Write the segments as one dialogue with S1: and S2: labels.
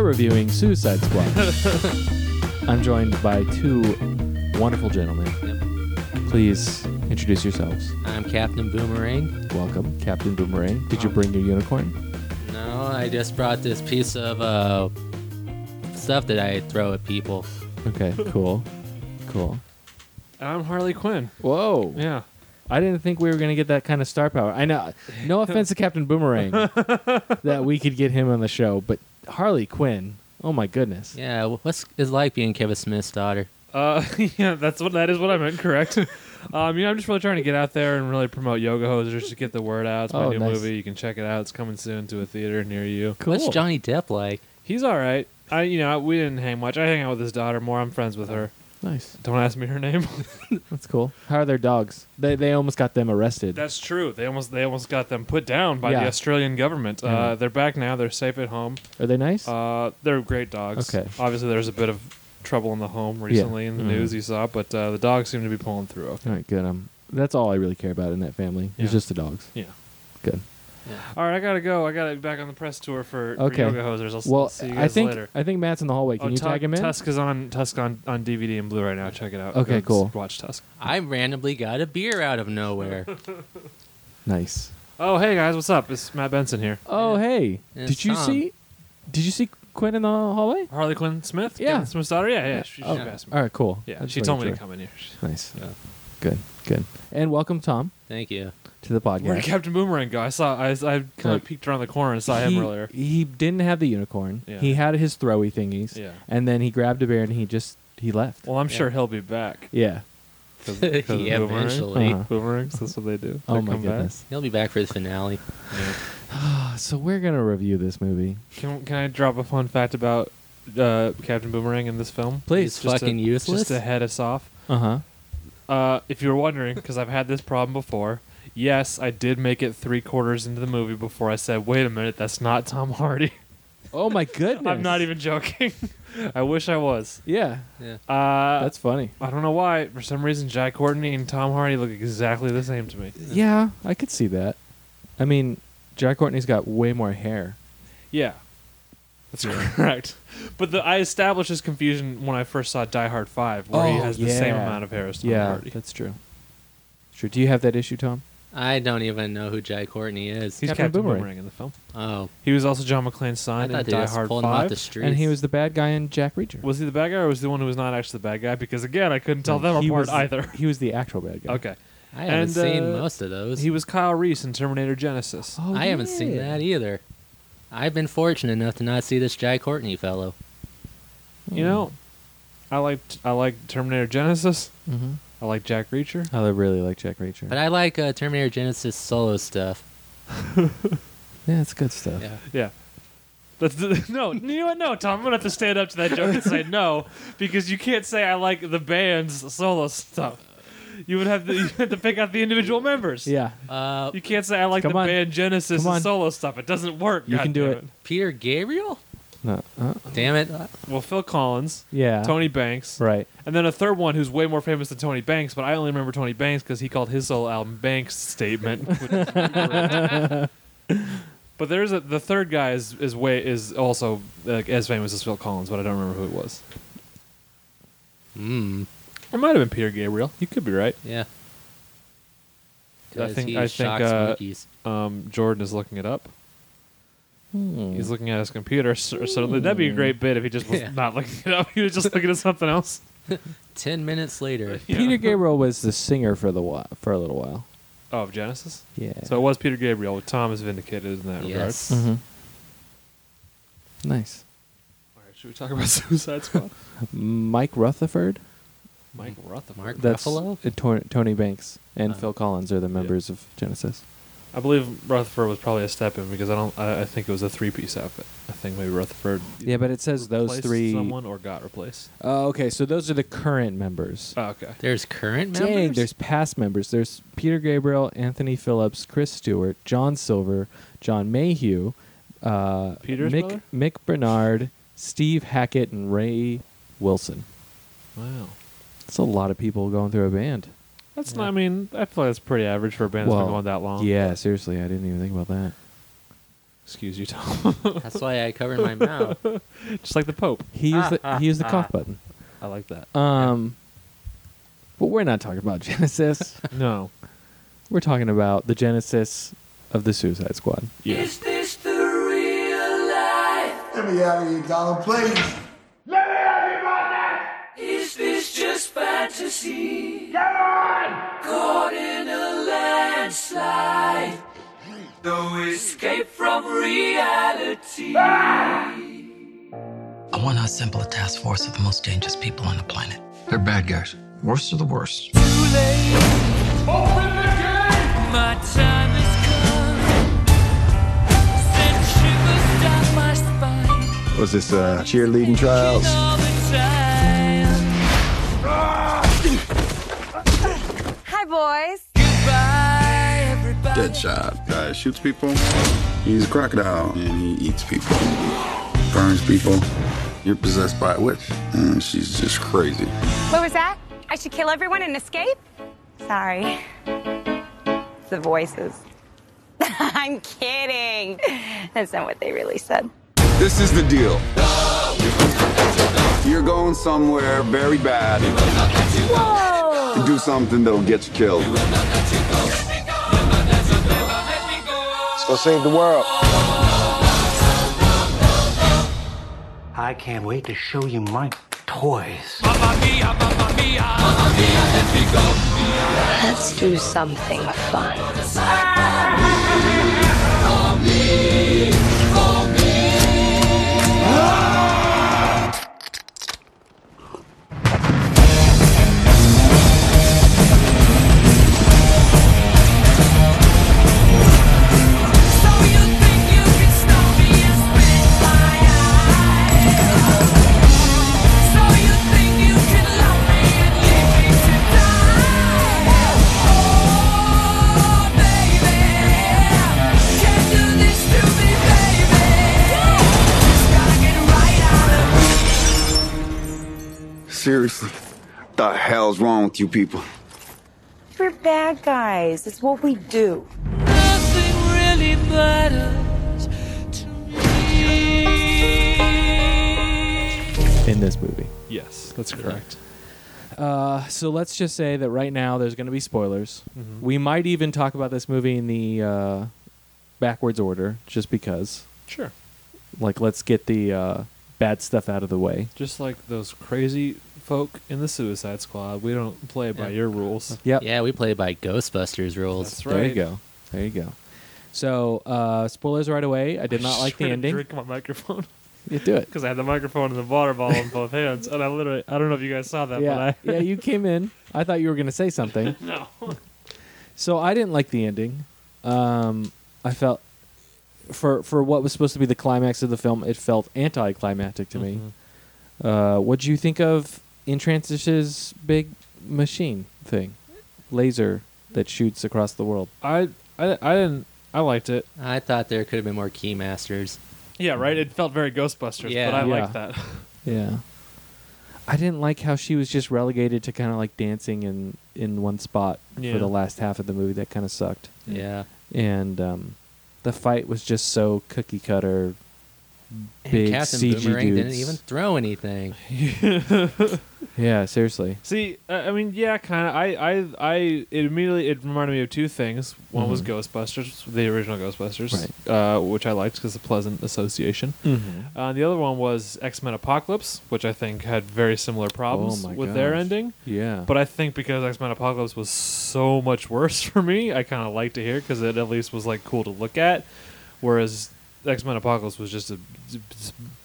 S1: reviewing Suicide Squad. I'm joined by two wonderful gentlemen. Please introduce yourselves.
S2: I'm Captain Boomerang.
S1: Welcome, Captain Boomerang. Did you
S2: Um,
S1: bring your unicorn?
S2: No, I just brought this piece of uh, stuff that I throw at people.
S1: Okay, cool. Cool.
S3: I'm Harley Quinn.
S1: Whoa.
S3: Yeah.
S1: I didn't think we were going to get that kind of star power. I know. No offense to Captain Boomerang that we could get him on the show, but Harley Quinn. Oh my goodness.
S2: Yeah, wh- what's it like being Kevin Smith's daughter?
S3: Uh, yeah, that's what that is what I meant. Correct. um, you know, I'm just really trying to get out there and really promote Yoga Hosers to get the word out. It's my
S1: Oh,
S3: new
S1: nice.
S3: movie. You can check it out. It's coming soon to a theater near you.
S2: What's Johnny Depp like?
S3: He's all right. I, you know, we didn't hang much. I hang out with his daughter more. I'm friends with her.
S1: Nice.
S3: Don't ask me her name.
S1: That's cool. How are their dogs? They they almost got them arrested.
S3: That's true. They almost they almost got them put down by
S1: Yeah.
S3: the Australian government.
S1: Yeah.
S3: Uh, they're back now. They're safe at home.
S1: Are they nice?
S3: Uh, they're great dogs.
S1: Okay.
S3: Obviously, there's a bit of trouble in the home recently in the
S1: Mhm.
S3: news you saw, but uh, the dogs seem to be pulling through.
S1: all right, good. Um, that's all I really care about in that family.
S3: Yeah.
S1: It's just the dogs.
S3: Yeah.
S1: Good.
S3: All right, I gotta go. I gotta be back on the press tour for, for
S1: Okay.
S3: Yoga Hosers. I'll s-
S1: Well,
S3: see you
S1: I
S3: guys
S1: think
S3: later.
S1: I think Matt's in the hallway. Can
S3: oh,
S1: you
S3: Tu-
S1: tag him in?
S3: Tusk is on Tusk on, on DVD and Blu-ray now. Check it out.
S1: Okay,
S3: Go s-
S1: cool.
S3: Watch Tusk.
S2: I randomly got a beer out of nowhere.
S1: Nice.
S3: Oh, hey guys, what's up? It's Matt Benson here.
S1: Oh, hey.
S2: It's
S1: did you
S2: Tom.
S1: see? Did you see Quinn in the hallway?
S3: Harley Quinn Smith.
S1: Yeah.
S3: Kevin Smith's daughter. Yeah, yeah. She, she
S1: Oh,
S3: asked me.
S1: all right, cool. I
S3: Yeah,
S1: just
S3: she
S1: wanted
S3: told me
S1: sure.
S3: to come in here.
S1: Nice.
S3: Yeah.
S1: Good. Good. And welcome Tom
S2: Thank you.
S1: to the podcast.
S3: Where did Captain Boomerang go? I saw. I, I kind of
S1: Like,
S3: peeked around the corner and saw him
S1: he,
S3: earlier.
S1: He didn't have the unicorn.
S3: Yeah.
S1: He had his throwy thingies.
S3: Yeah.
S1: And then he grabbed a bear and he just he left.
S3: Well, I'm
S2: Yeah.
S3: sure he'll be back.
S1: yeah.
S3: 'Cause- 'cause of
S2: yeah,
S3: Boomerang.
S2: eventually.
S1: Uh-huh.
S3: Boomerangs. That's what they do.
S1: Oh
S3: They
S1: my
S3: come back.
S1: goodness.
S2: He'll be back for the finale.
S3: Yeah.
S1: Ah, so we're gonna review this movie.
S3: Can Can I drop a fun fact about uh, Captain Boomerang in this film?
S1: Please.
S2: He's fucking
S3: to,
S2: useless.
S3: Just to head us off.
S1: Uh huh.
S3: Uh, if you're wondering, because I've had this problem before. Yes, I did make it three quarters into the movie before I said, "Wait a minute, that's not Tom Hardy."
S1: Oh my goodness.
S3: I'm not even joking. I wish I was.
S1: Yeah,
S2: yeah.
S3: Uh,
S1: that's funny.
S3: I don't know why. For some reason, Jack Courtney and Tom Hardy look exactly the same to me.
S1: Yeah, I could see that. I mean, Jack Courtney's got way more hair.
S3: Yeah, that's correct. But the, I established this confusion when I first saw Die Hard Five, where he
S1: Oh,
S3: has the same
S1: yeah.
S3: amount of hair as Tom
S1: yeah,
S3: Hardy.
S1: that's true. Sure. Do you have that issue, Tom?
S2: I don't even know who Jai Courtney is.
S3: He's
S1: Captain
S3: Captain,
S1: Boomerang.
S3: Boomerang. in the film.
S2: oh,
S3: He was also John McClane's
S2: I
S3: son in
S2: thought they
S3: Die
S2: just
S3: Hard
S2: pulled him off the
S3: Five.
S2: street.
S1: And he was the bad guy in Jack Reacher.
S3: Was he the bad guy, or was he the one who was not actually the bad guy? Because again, I couldn't tell them
S1: he
S3: apart
S1: was,
S3: either.
S1: He was the actual bad guy.
S3: Okay,
S2: I haven't
S3: and,
S2: seen
S3: uh,
S2: most of those.
S3: he was Kyle Reese in Terminator Genesis.
S1: Oh,
S2: I haven't seen
S1: yeah.
S2: that either. I've been fortunate enough to not see this Jai Courtney fellow.
S1: Oh.
S3: You know, I liked I liked Terminator Genesis.
S1: Mm-hmm.
S3: I like Jack Reacher.
S1: I really like Jack Reacher.
S2: But I like uh, Terminator Genesis solo stuff.
S1: yeah, it's good stuff.
S2: Yeah.
S3: Yeah. That's the, no, you know what? No, Tom, I'm gonna have to stand up to that joke and say no, because you can't say I like the band's solo stuff. You would have to, you have to pick out the individual members.
S1: Yeah.
S2: Uh,
S3: You can't say I like
S1: Come
S3: the
S1: on.
S3: band Genesis
S1: Come on.
S3: and solo stuff. It doesn't work.
S1: You can do
S3: goddammit.
S1: it.
S2: Peter Gabriel?
S1: No. Uh,
S2: Damn it.
S3: Well, Phil Collins,
S1: yeah.
S3: Tony Banks,
S1: Right.
S3: and then a third one who's way more famous than Tony Banks, but I only remember Tony Banks because he called his solo album Banks Statement. which is incorrect. but there's a the third guy is is way is also like, as famous as Phil Collins, but I don't remember who it was.
S2: Mm,
S3: It might have been Peter Gabriel. You could be right.
S2: yeah.
S3: I
S2: 'Cause
S3: think-
S2: he
S3: I think,
S2: shocks
S3: uh,
S2: monkeys.
S3: Um, Jordan is looking it up.
S1: Hmm.
S3: He's looking at his computer. So, so that'd be a great bit if he just was
S2: Yeah.
S3: not looking it up. He was just looking at something else.
S2: Ten minutes later.
S3: Yeah.
S1: Peter Gabriel was the singer for the while, for a little while.
S3: Oh, of Genesis.
S1: Yeah.
S3: So it was Peter Gabriel. Tom is vindicated in that regard.
S2: yes.
S1: Mhm. Nice.
S3: All right, should we talk about Suicide Squad?
S1: Mike Rutherford.
S3: Mike Rutherford.
S2: Mark
S1: That's
S2: Ruffalo?
S1: uh, Tor- Tony Banks and
S2: Oh.
S1: Phil Collins are the members of Genesis.
S3: I believe Rutherford was probably a step in because I don't. I, I think it was a three-piece outfit. I think maybe Rutherford.
S1: Yeah, but it says those
S3: replaced
S1: three.
S3: Someone or got replaced.
S1: Oh, okay, so those are the current members.
S3: Oh, okay.
S2: There's current
S1: Dang,
S2: members?
S1: there's past members. There's Peter Gabriel, Anthony Phillips, Chris Stewart, John Silver, John Mayhew, uh,
S3: Peter's
S1: Mick,
S3: brother?
S1: Mick Bernard, Steve Hackett, and Ray Wilson.
S3: Wow.
S1: That's a lot of people going through a band.
S3: That's
S2: Yeah.
S3: not. I mean, I feel like that's pretty average for a band that's
S1: Well,
S3: been going that long.
S1: Yeah, seriously, I didn't even think about that.
S3: Excuse you, Tom.
S2: That's why I covered my mouth.
S3: Just like the Pope.
S1: He used the he used
S3: ah,
S1: the cough button.
S3: I like that.
S1: Um, but we're not talking about Genesis.
S3: No.
S1: we're talking about the Genesis of the Suicide Squad.
S3: Yeah.
S4: Let me out of here, Donald, please.
S5: I want to assemble a task force of the most dangerous people on the planet.
S6: They're bad guys. Worst of the worst.
S7: My time has come. Send shivers down my spine.
S8: Was this uh, cheerleading trials?
S7: All the time.
S9: Hi, boys.
S7: Goodbye, everybody.
S8: Deadshot uh, shoots people. He's a crocodile and he eats people, burns people. You're possessed by a witch, and she's just crazy.
S9: What was that? I should kill everyone and escape? Sorry. It's the voices. I'm kidding. That's not what they really said.
S8: This is the deal. You're going somewhere very bad.
S9: Whoa!
S8: Do something that'll get you killed.
S4: Let's go save the world.
S10: I can't wait to show you my toys.
S7: ah.
S9: Let's do something fun.
S7: So you think you can stop me and spit my eyes? So you think you can love me and leave me to die? Oh, baby, can't do this to me, baby. Just gotta get right out of here.
S8: Seriously, the hell's wrong with you people?
S9: We're bad guys. It's what we do.
S7: Nothing really matters to me.
S1: in this movie.
S3: Yes, that's correct.
S1: Uh, so let's just say that right now there's going to be spoilers.
S3: Mm-hmm.
S1: We might even talk about this movie in the uh, backwards order, just because.
S3: Sure.
S1: Like, let's get the uh, bad stuff out of the way.
S3: Just like those crazy folk in the Suicide Squad, we don't play by
S2: Yeah.
S3: your rules.
S1: Yep.
S2: Yeah, we play by Ghostbusters rules.
S3: That's right.
S1: There you go. There you go. So uh, spoilers right away. I did not like the
S3: Trying to
S1: ending.
S3: Drink my microphone
S1: You do it.
S3: because I had the microphone and the water bottle in both hands, and I literally I don't know if you guys saw that,
S1: Yeah.
S3: but I
S1: yeah. You came in. I thought you were going to say something.
S3: no.
S1: So I didn't like the ending. Um, I felt for for what was supposed to be the climax of the film, it felt anticlimactic to
S3: Mm-hmm.
S1: me. Uh, what do you think of Intransish's big machine thing, laser that shoots across the world?
S3: I, I I didn't I liked it.
S2: I thought there could have been more Keymasters.
S3: Yeah, right. It felt very Ghostbusters,
S2: Yeah.
S3: but I
S1: Yeah.
S3: liked that.
S1: Yeah, I didn't like how she was just relegated to kind of like dancing in in one spot
S3: Yeah.
S1: for the last half of the movie. That kind of sucked.
S2: Yeah.
S1: and um, the fight was just so cookie cutter. Big
S2: and Captain
S1: CG
S2: Boomerang didn't
S1: dudes.
S2: even throw anything.
S1: Yeah, seriously.
S3: See, I I mean, yeah, kind of. I, I, I it immediately it reminded me of two things. One was
S1: Mm-hmm.
S3: Ghostbusters, the original Ghostbusters, uh, which I liked because a pleasant association.
S1: Mm-hmm.
S3: Uh, the other one was X Men Apocalypse, which I think had very similar problems
S1: Oh my
S3: with their
S1: gosh.
S3: ending.
S1: Yeah,
S3: But I think because X Men Apocalypse was so much worse for me, I kind of liked to hear because it at least was like cool to look at. Whereas X Men Apocalypse was just a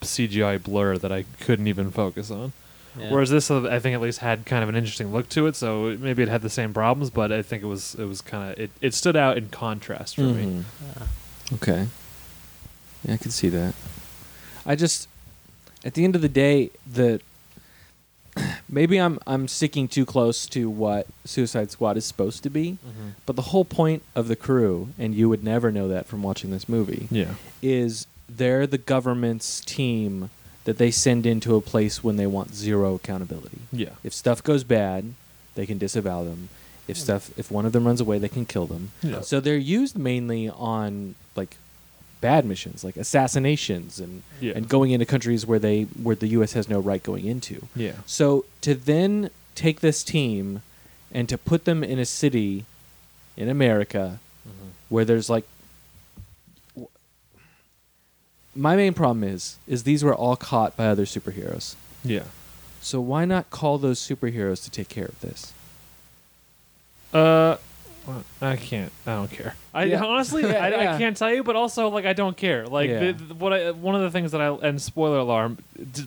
S3: CGI blur that I couldn't even focus on.
S2: Yeah.
S3: Whereas this, uh, I think, at least had kind of an interesting look to it. So it- maybe it had the same problems, but I think it was it was kind of it, it stood out in contrast for
S1: Mm-hmm.
S3: me.
S2: Uh.
S1: okay. Yeah, I could see that. I just, at the end of the day, the maybe I'm I'm sticking too close to what Suicide Squad is supposed to be, but the whole point of the crew, and you would never know that from watching this movie,
S3: Yeah,
S1: is they're the government's team that they send into a place when they want zero accountability.
S3: yeah,
S1: If stuff goes bad, they can disavow them.
S3: Hmm.
S1: If stuff, if one of them runs away, they can kill them.
S3: Yeah.
S1: So they're used mainly on like bad missions, like assassinations and
S3: Yeah.
S1: and going into countries where they where the U.S. has no right going into.
S3: Yeah.
S1: So to then take this team and to put them in a city in America
S3: Mm-hmm.
S1: where there's like w- my main problem is is these were all caught by other superheroes.
S3: Yeah.
S1: So why not call those superheroes to take care of this?
S3: Uh, well, I can't. I don't care. I
S1: Yeah.
S3: honestly,
S1: Yeah,
S3: I,
S1: yeah.
S3: I can't tell you, but also like I don't care. Like
S1: Yeah.
S3: the, the- what I, one of the things that I and spoiler alarm, d-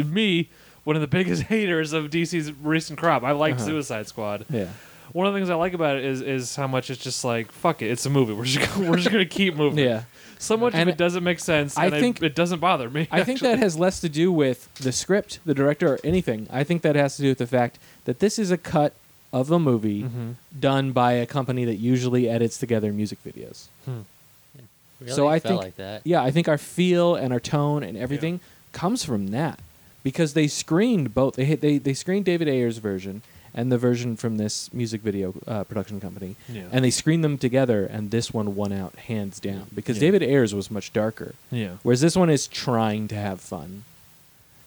S3: uh, me one of the biggest haters of DC's recent crop. I like
S1: Uh-huh.
S3: Suicide Squad.
S1: Yeah.
S3: One of the things I like about it is is how much it's just like fuck it, it's a movie. We're just gonna, we're just gonna keep moving.
S1: Yeah.
S3: So much
S1: And
S3: of it doesn't make sense.
S1: I
S3: and I
S1: think-
S3: it doesn't bother me.
S1: I think that
S3: actually.
S1: has less to do with the script, the director, or anything. I think that has to do with the fact that this is a cut of a movie
S3: Mm-hmm.
S1: done by a company that usually edits together music videos.
S3: Hmm.
S1: Hmm.
S2: Really?
S1: So I
S2: Felt
S1: think,
S2: like that.
S1: yeah, I think our feel and our tone and everything comes from that because they screened both. They hit, they they screened David Ayer's version and the version from this music video uh, production company,
S3: Yeah.
S1: and they screened them together. And this one won out hands down because
S3: Yeah.
S1: David Ayer's was much darker.
S3: Yeah.
S1: Whereas this one is trying to have fun.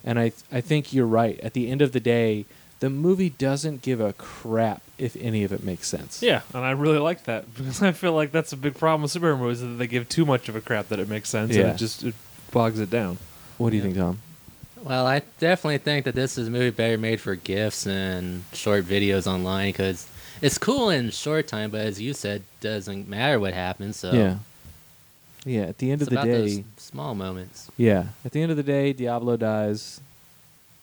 S1: And I I think you're right. At the end of the day, the movie doesn't give a crap if any of it makes sense.
S3: Yeah, and I really like that because I feel like that's a big problem with superhero movies is that they give too much of a crap that it makes sense and
S1: Yeah.
S3: it just it bogs it down.
S1: What do you think, Tom?
S2: Well, I definitely think that this is a movie better made for gifs and short videos online because it's cool in short time, but as you said, doesn't matter what happens. So
S1: Yeah. Yeah, at the end
S2: it's
S1: of the
S2: about
S1: day,
S2: those small moments.
S1: Yeah. At the end of the day, Diablo dies,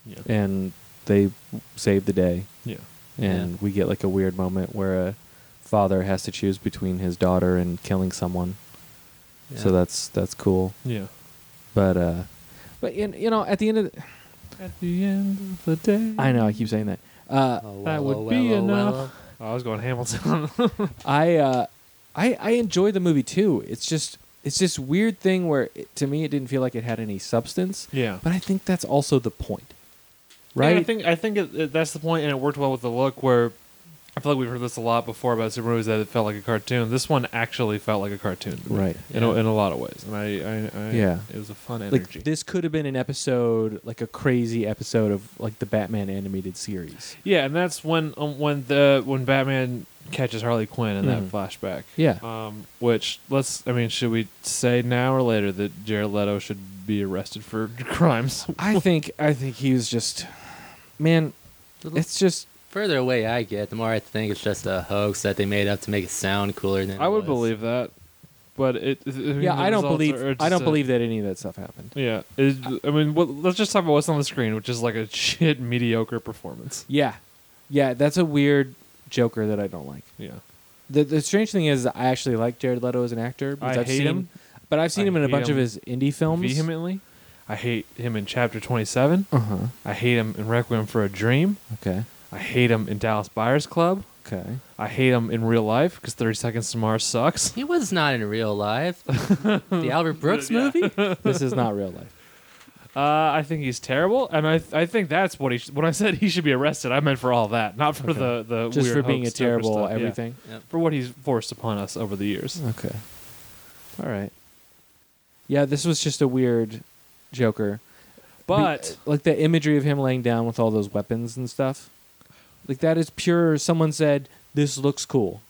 S3: Yeah.
S1: and they save the day,
S3: Yeah.
S1: and
S2: Yeah.
S1: we get like a weird moment where a father has to choose between his daughter and killing someone. So
S2: Yeah.
S1: that's that's cool.
S3: Yeah.
S1: But uh, but in, you know, at the end of the,
S3: At the end of the day.
S1: I know I keep saying that. Uh,
S2: Oh,
S3: That would be enough. Oh, I was going Hamilton.
S1: I uh, I I enjoy the movie too. It's just it's this weird thing where it, to me it didn't feel like it had any substance.
S3: Yeah.
S1: But I think that's also the point,
S3: And
S1: right?
S3: I think I think it, it- that's the point, and it worked well with the look. Where I feel like we've heard this a lot before about super movies that it felt like a cartoon. This one actually felt like a cartoon, to me,
S1: Right.
S3: In, a, in a lot of ways, and I, I, I
S1: Yeah.
S3: it was a fun energy.
S1: like this could have been an episode like a crazy episode of like the batman animated series
S3: yeah, and that's when um, when the when Batman catches Harley Quinn in
S1: Mhm.
S3: that flashback.
S1: yeah
S3: Um, which let's I mean, should we say now or later that Jared Leto should be arrested for crimes?
S1: i think i think he was just man it's just
S2: further away I get, the more I think it's just a hoax that they made up to make it sound cooler than it
S3: I
S2: was.
S3: would believe that, but it. I mean,
S1: yeah
S3: the
S1: i don't
S3: results
S1: believe
S3: are- are
S1: i
S3: just
S1: don't
S3: a-
S1: believe that any of that stuff happened
S3: Yeah, it, I mean, well, let's just talk about what's on the screen, which is like a shit mediocre performance.
S1: yeah yeah that's a weird joker that i don't like
S3: Yeah,
S1: the, the strange thing is i actually like jared leto as an actor because
S3: I
S1: have
S3: hate
S1: seen
S3: him.
S1: but i've seen
S3: I
S1: him in a
S3: hate
S1: bunch of
S3: him
S1: his indie films
S3: vehemently. I hate him in Chapter Twenty Seven.
S1: uh-huh
S3: I hate him in Requiem for a Dream.
S1: okay
S3: I hate him in Dallas Buyers Club.
S1: okay
S3: I hate him in real life because Thirty Seconds to Mars sucks.
S2: He was not in real life. the Albert Brooks movie?
S1: this is not real life
S3: Uh, I think he's terrible, and I I think that's what he sh- when I said he should be arrested. I meant for all that, not for the the
S1: just
S3: weird
S1: for being a
S3: hoax Joker
S1: terrible
S3: stuff, yeah.
S1: everything Uh,
S2: Yep.
S3: for what he's forced upon us over the years.
S1: Okay. All right. Yeah, this was just a weird Joker.
S3: But
S1: Be- like the imagery of him laying down with all those weapons and stuff. Like that is pure someone said this looks cool.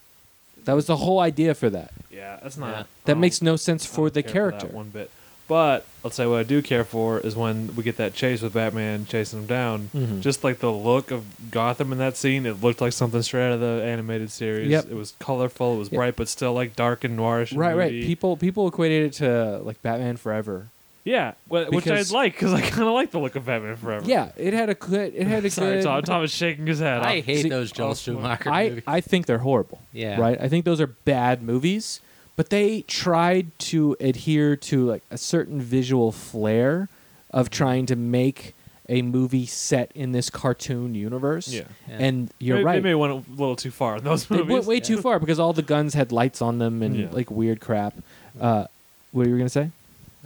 S1: That was the whole idea for that.
S3: yeah, that's
S2: Yeah.
S3: not
S1: That
S3: um,
S1: makes no sense
S3: I
S1: for
S3: don't
S1: the
S3: care for that
S1: character.
S3: one bit. But let's say what I do care for is when we get that chase with Batman chasing him down.
S1: Mhm.
S3: Just like the look of Gotham in that scene, it looked like something straight out of the animated series.
S1: Yep.
S3: It was colorful, it was
S1: Yeah.
S3: bright, but still like dark and noirish. and
S1: Right, right.
S3: moody.
S1: People people equated it to like Batman Forever.
S3: yeah, wh- which I'd
S1: Because-
S3: like because I kind of like the look of Batman Forever.
S1: Yeah, it had a good it had a
S3: Sorry,
S1: good
S3: Tom. Tom is shaking his head.
S2: I
S3: off.
S2: hate
S1: See,
S2: those Joel Schumacher
S1: I,
S2: movies.
S1: I think they're horrible.
S2: Yeah.
S1: Right? I think those are bad movies, but they tried to adhere to like a certain visual flair of trying to make a movie set in this cartoon universe.
S3: Yeah.
S2: Yeah.
S1: And you're
S3: They-
S1: right.
S3: They may went a little too far in those
S1: They
S3: movies.
S1: went way too far because all the guns had lights on them and
S3: Yeah.
S1: like weird crap. Uh, what were you gonna say?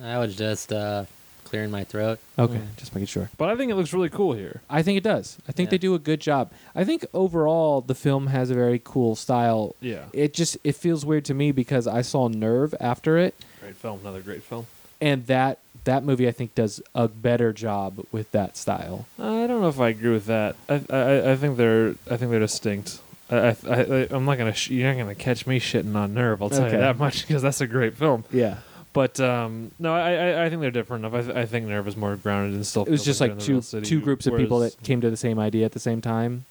S2: I was just uh, clearing my throat.
S1: Okay, just making sure.
S3: But I think it looks really cool here.
S1: I think it does. I think
S2: Yeah.
S1: they do a good job. I think overall the film has a very cool style.
S3: Yeah.
S1: It just it feels weird to me because I saw Nerve after it
S3: Great film. Another great film.
S1: and that that movie I think does a better job with that style.
S3: I don't know if I agree with that. I I, I think they're I think they're distinct. I, I, I I'm not gonna sh- you're not gonna catch me shitting on Nerve. I'll tell
S1: Okay.
S3: you that much because that's a great film.
S1: Yeah,
S3: But um, no, I, I I think they're different enough. I, th- I think Nerve is more grounded and still.
S1: it was
S3: feels
S1: just
S3: you're
S1: like
S3: in the
S1: two
S3: real city,
S1: two groups of people
S3: whereas-
S1: that came to the same idea at the same time.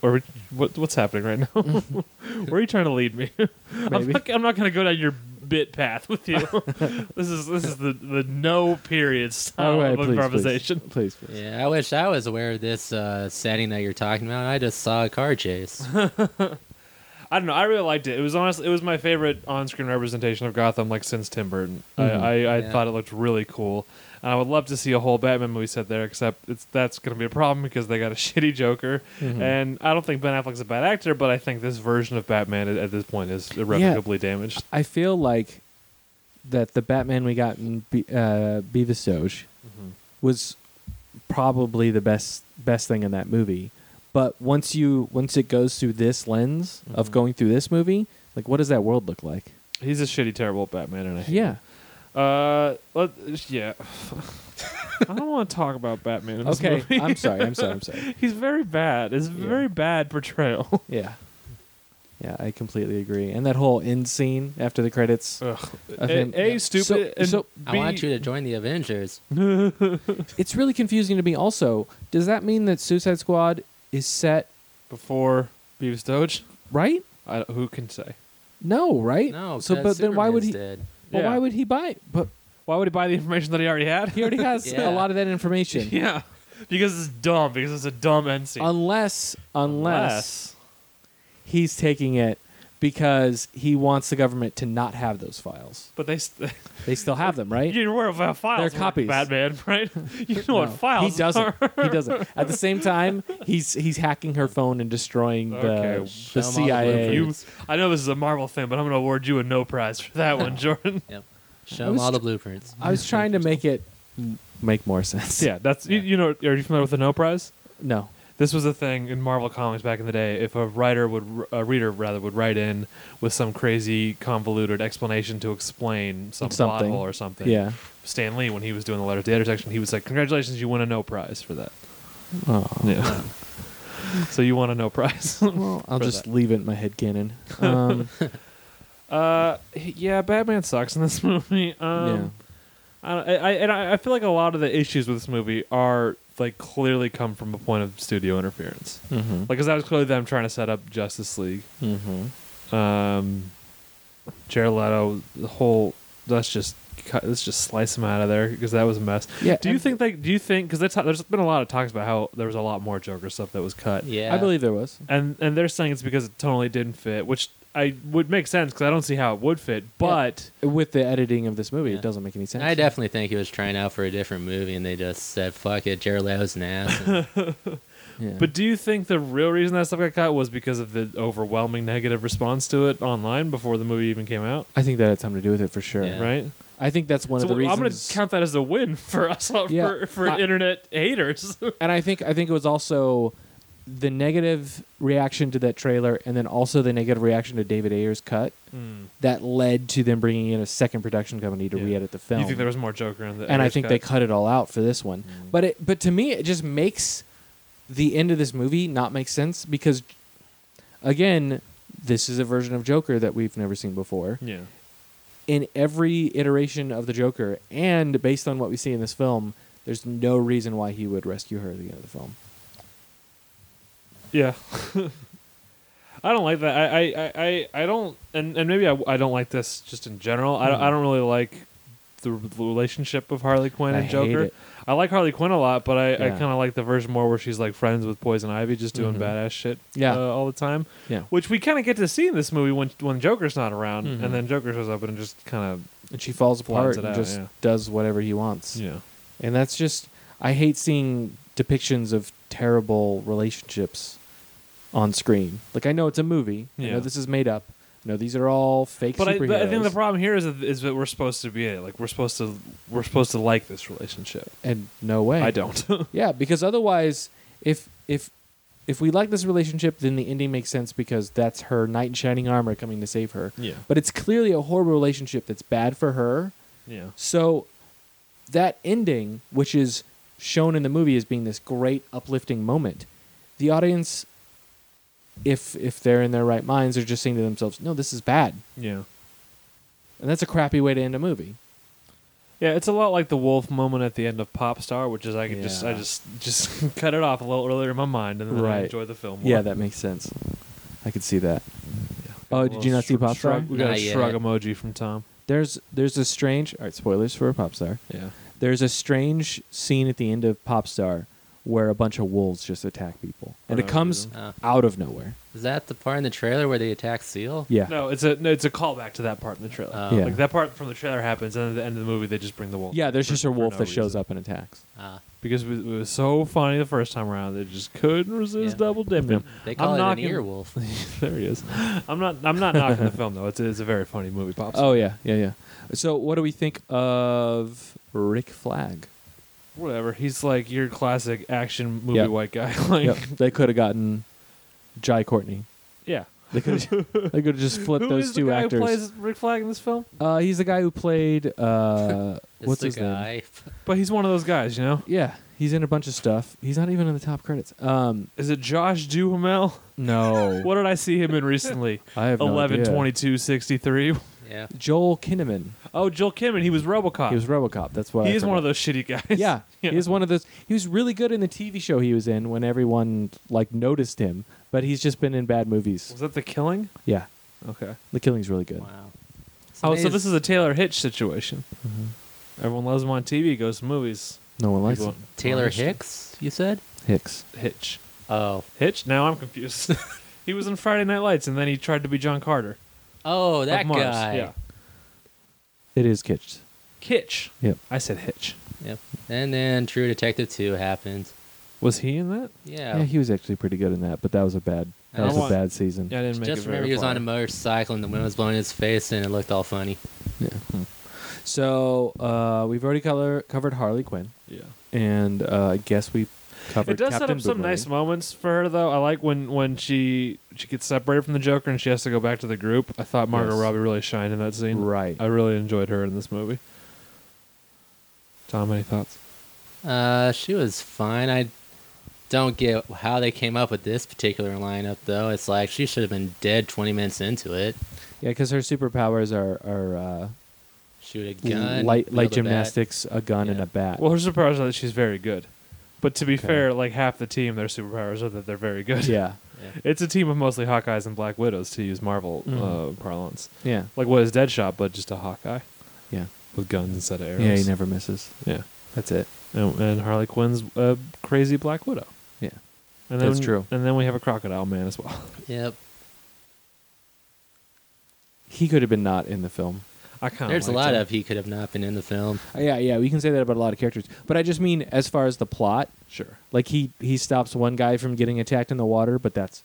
S3: Or what what's happening right now? Where are you trying to lead me? I'm
S1: Maybe.
S3: not, I'm not gonna go down your bit path with you. this is this is the, the no period style
S1: All right,
S3: of
S1: Oh, please,
S3: improvisation.
S1: Please, please.
S2: Yeah, I wish I was aware of this uh, setting that you're talking about. I just saw a car chase.
S3: I don't know. I really liked it. It was honestly, it was my favorite on-screen representation of Gotham, like since Tim Burton.
S1: Mhm.
S3: I, I, I
S2: Yeah.
S3: thought it looked really cool, and I would love to see a whole Batman movie set there. Except it's that's going to be a problem because they got a shitty Joker,
S1: Mm-hmm.
S3: and I don't think Ben Affleck's a bad actor, but I think this version of Batman at, at this point is irrevocably damaged.
S1: I feel like that the Batman we got in Be- uh, Beavis Doge
S3: Mm-hmm.
S1: was probably the best best thing in that movie. But once you once it goes through this lens of
S3: Mm-hmm.
S1: going through this movie, like what does that world look like?
S3: He's a shitty, terrible Batman, and I hate
S1: Yeah.
S3: him. Uh, let, yeah. I don't want to talk about Batman. In this
S1: Okay.
S3: movie.
S1: I'm sorry. I'm sorry. I'm sorry.
S3: He's very bad. It's a
S1: Yeah.
S3: very bad portrayal.
S1: Yeah. Yeah, I completely agree. And that whole end scene after the credits
S3: Ugh.
S1: of
S3: A,
S1: him-
S3: a
S1: Yeah.
S3: stupid.
S1: So-
S3: and
S1: so-
S2: I want you to join the Avengers.
S1: it's really confusing to me also. Does that mean that Suicide Squad is set
S3: before Beavis Doge.
S1: right?
S3: I, who can say?
S1: No, right?
S2: No,
S1: So but then why would he
S2: Dead.
S1: But
S3: Yeah.
S1: why would he buy? But
S3: Why would he buy the information that he already had?
S1: he already has
S2: Yeah.
S1: a lot of that information.
S3: yeah, because it's dumb. Because it's a dumb end scene.
S1: Unless, unless
S3: Unless-
S1: he's taking it because he wants the government to not have those files.
S3: but they st-
S1: They still have them, right?
S3: you know where fi- files
S1: They're
S3: were,
S1: copies.
S3: Batman, right? You know
S1: No,
S3: what files
S1: He doesn't.
S3: are.
S1: he doesn't. At the same time, he's he's hacking her phone and destroying the
S3: Okay,
S1: the
S2: show 'em all the
S1: CIA.
S3: You,
S2: It's-
S3: I know this is a Marvel thing, but I'm going to award you a no prize for that one, Jordan.
S2: Yep.
S1: I
S2: Show him
S1: was
S2: all the
S1: tr-
S2: blueprints.
S1: I was trying to make it m- make more sense.
S3: Yeah, that's You, you know. Are you familiar with the no prize?
S1: No.
S3: this was a thing in Marvel comics back in the day. If a writer would, a reader rather, would write in with some crazy convoluted explanation to explain some plot
S1: Something.
S3: hole or something.
S1: Yeah.
S3: Stan Lee, when he was doing the letter to the editor section, he would say, "Congratulations, you won a no prize for that."
S1: Oh.
S3: Yeah. so you won a no prize.
S1: Well, I'll
S3: For
S1: just
S3: that.
S1: leave it in my head cannon. Um,
S3: uh, yeah, Batman sucks in this movie. Um,
S1: yeah.
S3: I, don't- I, I and I I feel like a lot of the issues with this movie are like clearly come from a point of studio interference.
S1: Mm-hmm.
S3: Like, 'cause that was clearly them trying to set up Justice League.
S1: Mm-hmm.
S3: um, Jared Leto, the whole let's just cut, let's just slice him out of there because that was a mess.
S1: Yeah,
S3: Do you
S1: and-
S3: think they? Do you think because that's how, there's been a lot of talks about how there was a lot more Joker stuff that was cut.
S2: Yeah,
S1: I believe there was.
S3: and and they're saying it's because it totally didn't fit, which I would make sense because I don't see how it would fit, but.
S1: With the editing of this movie,
S2: Yeah.
S1: it doesn't make any sense.
S2: I definitely think he was trying out for a different movie, and they just said, "Fuck it, Jared Leto's an ass." and-
S1: Yeah.
S3: But do you think the real reason that stuff got cut was because of the overwhelming negative response to it online before the movie even came out?
S1: I think that had something to do with it for sure.
S2: Yeah.
S3: Right?
S1: I think that's one
S3: so
S1: of the reasons.
S3: I'm going to count that as a win for us,
S1: Yeah.
S3: for, for
S1: I-
S3: internet haters.
S1: and I think I think it was also the negative reaction to that trailer, and then also the negative reaction to David Ayer's cut
S3: Hmm.
S1: that led to them bringing in a second production company to
S3: Yeah.
S1: re-edit the film.
S3: You think there was more Joker in the?
S1: and I
S3: Irish
S1: think
S3: cut? Mm.
S1: they cut it all out for this one. But it, but to me, it just makes the end of this movie not make sense because, again, this is a version of Joker that we've never seen before.
S3: Yeah,
S1: in every iteration of the Joker, and based on what we see in this film, there's no reason why he would rescue her at the end of the film.
S3: yeah. I don't like that. I, I, I, I I don't, and, and maybe I, I don't like this just in general. I, don't-
S1: Hmm.
S3: I don't really like the r- the relationship of Harley Quinn
S1: I
S3: and
S1: hate
S3: Joker.
S1: it.
S3: I like Harley Quinn a lot, but I, I
S1: Yeah.
S3: kind of like the version more where she's like friends with Poison Ivy, just doing
S1: Mhm.
S3: badass shit
S1: Yeah.
S3: uh, all the time.
S1: Yeah,
S3: Which we kind of get to see in this movie when when Joker's not around,
S1: Mhm.
S3: and then Joker shows up and just kind of
S1: and she falls apart
S3: it
S1: and
S3: out,
S1: just
S3: yeah.
S1: does whatever he wants.
S3: yeah.
S1: And that's just I hate seeing depictions of terrible relationships on screen. Like I know it's a movie. I
S3: Yeah.
S1: know this is made up. No, these are all fake
S3: But I,
S1: superheroes.
S3: but I think the problem here is that, is that we're supposed to be in it. Like we're supposed to we're supposed to like this relationship.
S1: and no way
S3: I don't.
S1: Yeah, because otherwise, if if if we like this relationship, then the ending makes sense because that's her knight in shining armor coming to save her.
S3: Yeah.
S1: But it's clearly a horrible relationship that's bad for her.
S3: Yeah.
S1: So that ending, which is shown in the movie as being this great uplifting moment, the audience, if if they're in their right minds, are just saying to themselves, "No, this is bad,"
S3: Yeah.
S1: and that's a crappy way to end a movie.
S3: Yeah, it's a lot like the wolf moment at the end of Pop Star, which is I could just I
S1: Yeah.
S3: just just cut it off a little earlier in my mind and then I
S1: Right.
S3: enjoy the film. More.
S1: Yeah, that makes sense. I could see that.
S3: Got a
S1: Oh, did you
S3: little
S1: not see
S3: shrug-
S1: Pop Star?
S3: shrug- We got
S2: Not
S3: a
S2: yet.
S3: shrug emoji from Tom.
S1: There's there's a strange. All right, spoilers for a pop star.
S3: Yeah.
S1: There's a strange scene at the end of Pop Star where a bunch of wolves just attack people, and
S3: no
S1: it comes
S2: reason. Oh.
S1: out of nowhere.
S2: Is that the part in the trailer where they attack Seal?
S1: Yeah.
S3: No, it's a no, it's a callback to that part in the trailer.
S2: Oh.
S1: Yeah.
S3: Like that part from the trailer happens, and at the end of the movie, they just bring the wolf.
S1: Yeah, there's
S3: for-
S1: just a
S3: for
S1: wolf
S3: no
S1: that shows
S3: reason.
S1: up and attacks.
S2: Ah.
S3: because it was, it was so funny the first time around. They just couldn't resist
S2: Yeah.
S3: double dipping.
S2: they call
S3: I'm
S2: it
S3: knocking,
S2: an earwolf.
S3: there he is. I'm not. I'm not knocking the film though. It's, it's a very funny movie. Pops.
S1: Oh yeah, yeah, yeah. So what do we think of Rick Flag?
S3: whatever. He's like your classic action movie
S1: Yep.
S3: white guy. like,
S1: Yep, they could have gotten Jai Courtney.
S3: yeah.
S1: They could they could have just flipped
S3: Who
S1: those
S3: is
S1: two
S3: the guy
S1: actors.
S3: Who plays Rick Flag in this film?
S1: uh, he's the guy who played uh,
S2: It's
S1: what's
S2: the
S1: his name?
S2: guy.
S3: But he's one of those guys, you know.
S1: Yeah, he's in a bunch of stuff. He's not even in the top credits. Um,
S3: Is it Josh Duhamel?
S1: no,
S3: What did I see him in recently?
S1: I have no
S3: Eleven
S1: idea.
S3: twenty-two sixty-three.
S2: Yeah.
S1: Joel Kinnaman.
S3: Oh, Joel Kinnaman. He was RoboCop.
S1: He was RoboCop. That's why
S3: he
S1: I
S3: is one of
S1: forgot.
S3: those shitty guys.
S1: Yeah, he is one of those. He was really good in the TV show he was in when everyone like noticed him, but he's just been in bad movies.
S3: Was that the killing?
S1: Yeah,
S3: Okay.
S1: The Killing's really good.
S2: Wow.
S3: Oh, so this is a Taylor Hitch situation.
S1: Mm-hmm.
S3: Everyone loves him on TV, goes to movies.
S1: No one likes
S3: People-
S1: him.
S2: Taylor
S3: Honest.
S2: Hicks, you said?
S1: Hicks.
S3: Hitch.
S2: Oh.
S3: Hitch? Now I'm confused. he was in Friday Night Lights, and then he tried to be John Carter.
S2: Oh,
S3: of
S2: that
S3: Mars.
S2: guy.
S3: Yeah.
S1: It is Kitsch.
S3: Kitch.
S1: Yep.
S3: I said Hitch.
S2: Yep. And then True Detective 2 happened.
S3: Was he in that?
S2: Yeah.
S1: Yeah, he was actually pretty good in that, but that was a bad. That
S2: I
S1: was a
S3: want-
S1: bad season.
S3: Yeah, I didn't make
S2: Just
S3: it very
S2: remember he was
S3: far.
S2: on a motorcycle and the wind was blowing in his face and it looked all funny.
S1: So uh, we've already color- covered Harley Quinn,
S3: Yeah.
S1: and uh, I guess we covered.
S3: It does set
S1: Captain
S3: up some
S1: Boomerang.
S3: nice moments for her, though. I like when when she she gets separated from the Joker and she has to go back to the group. I thought Margot
S1: Yes.
S3: Robbie really shined in that scene.
S1: Right.
S3: I really enjoyed her in this movie. Tom, any thoughts?
S2: Uh, she was fine. I don't get how they came up with this particular lineup, though. It's like she should have been dead 20 minutes into it.
S1: Yeah, because her superpowers are are uh,
S2: Shoot a gun.
S1: light light
S2: wield a bat.
S1: gymnastics, a gun, and
S2: Yeah.
S1: a bat.
S3: Well, her superpowers are that she's very good. But to be fair, like half the team, their superpowers are that they're very good.
S1: yeah,
S3: It's a team of mostly Hawkeyes and Black Widows, to use Marvel
S1: Mhm.
S3: uh, parlance.
S1: yeah,
S3: Like what is Deadshot, but just a Hawkeye
S1: yeah,
S3: with guns instead of arrows.
S1: yeah. He never misses.
S3: Yeah.
S1: That's it.
S3: And, and Harley Quinn's a crazy Black Widow.
S1: Yeah.
S3: And then,
S1: That's true.
S3: And then we have a Crocodile Man as well.
S2: Yep.
S1: He could have been not in the film.
S3: I kind
S2: There's a lot of he could have not been in the film.
S1: Uh, Yeah, yeah, we can say that about a lot of characters. But I just mean as far as the plot,
S3: Sure.
S1: like he he stops one guy from getting attacked in the water, but that's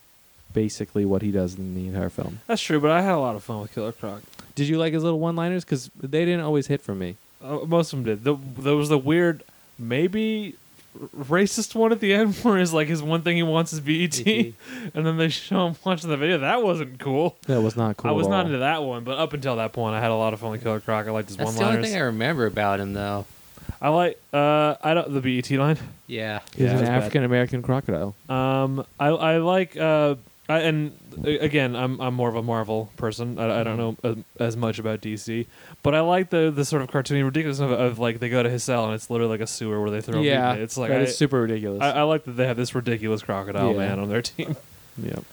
S1: basically what he does in the entire film.
S3: That's true, but I had a lot of fun with Killer Croc.
S1: Did you like his little one-liners? Because they didn't always hit for me.
S3: Uh, most of them did. The, there was the weird, maybe r- racist one at the end where his like his one thing he wants is BET,
S1: E
S2: Mhm.
S3: and then they show him watching the video. That wasn't cool.
S1: That was not cool.
S3: I was
S1: at
S3: not
S1: all.
S3: into that one, but up until that point, I had a lot of fun with Killer Croc. I liked his
S2: That's
S3: one
S2: the only thing I
S3: liners.
S2: remember about him, though.
S3: I like uh I don't the BET line.
S2: Yeah.
S1: He's
S3: Yeah, it
S1: an
S3: was bad.
S1: African American crocodile.
S3: Um, I I like uh. I, and uh, again, I'm I'm more of a Marvel person. I, I don't know
S1: Mm-hmm.
S3: as, as much about DC, but I like the the sort of cartoony ridiculousness of, of like they go to his cell and it's literally like a sewer where they throw.
S1: yeah,
S3: people. it's like
S1: that
S3: I,
S1: is super ridiculous.
S3: I, I like that they have this ridiculous crocodile
S1: Yeah.
S3: man on their team.
S1: yep.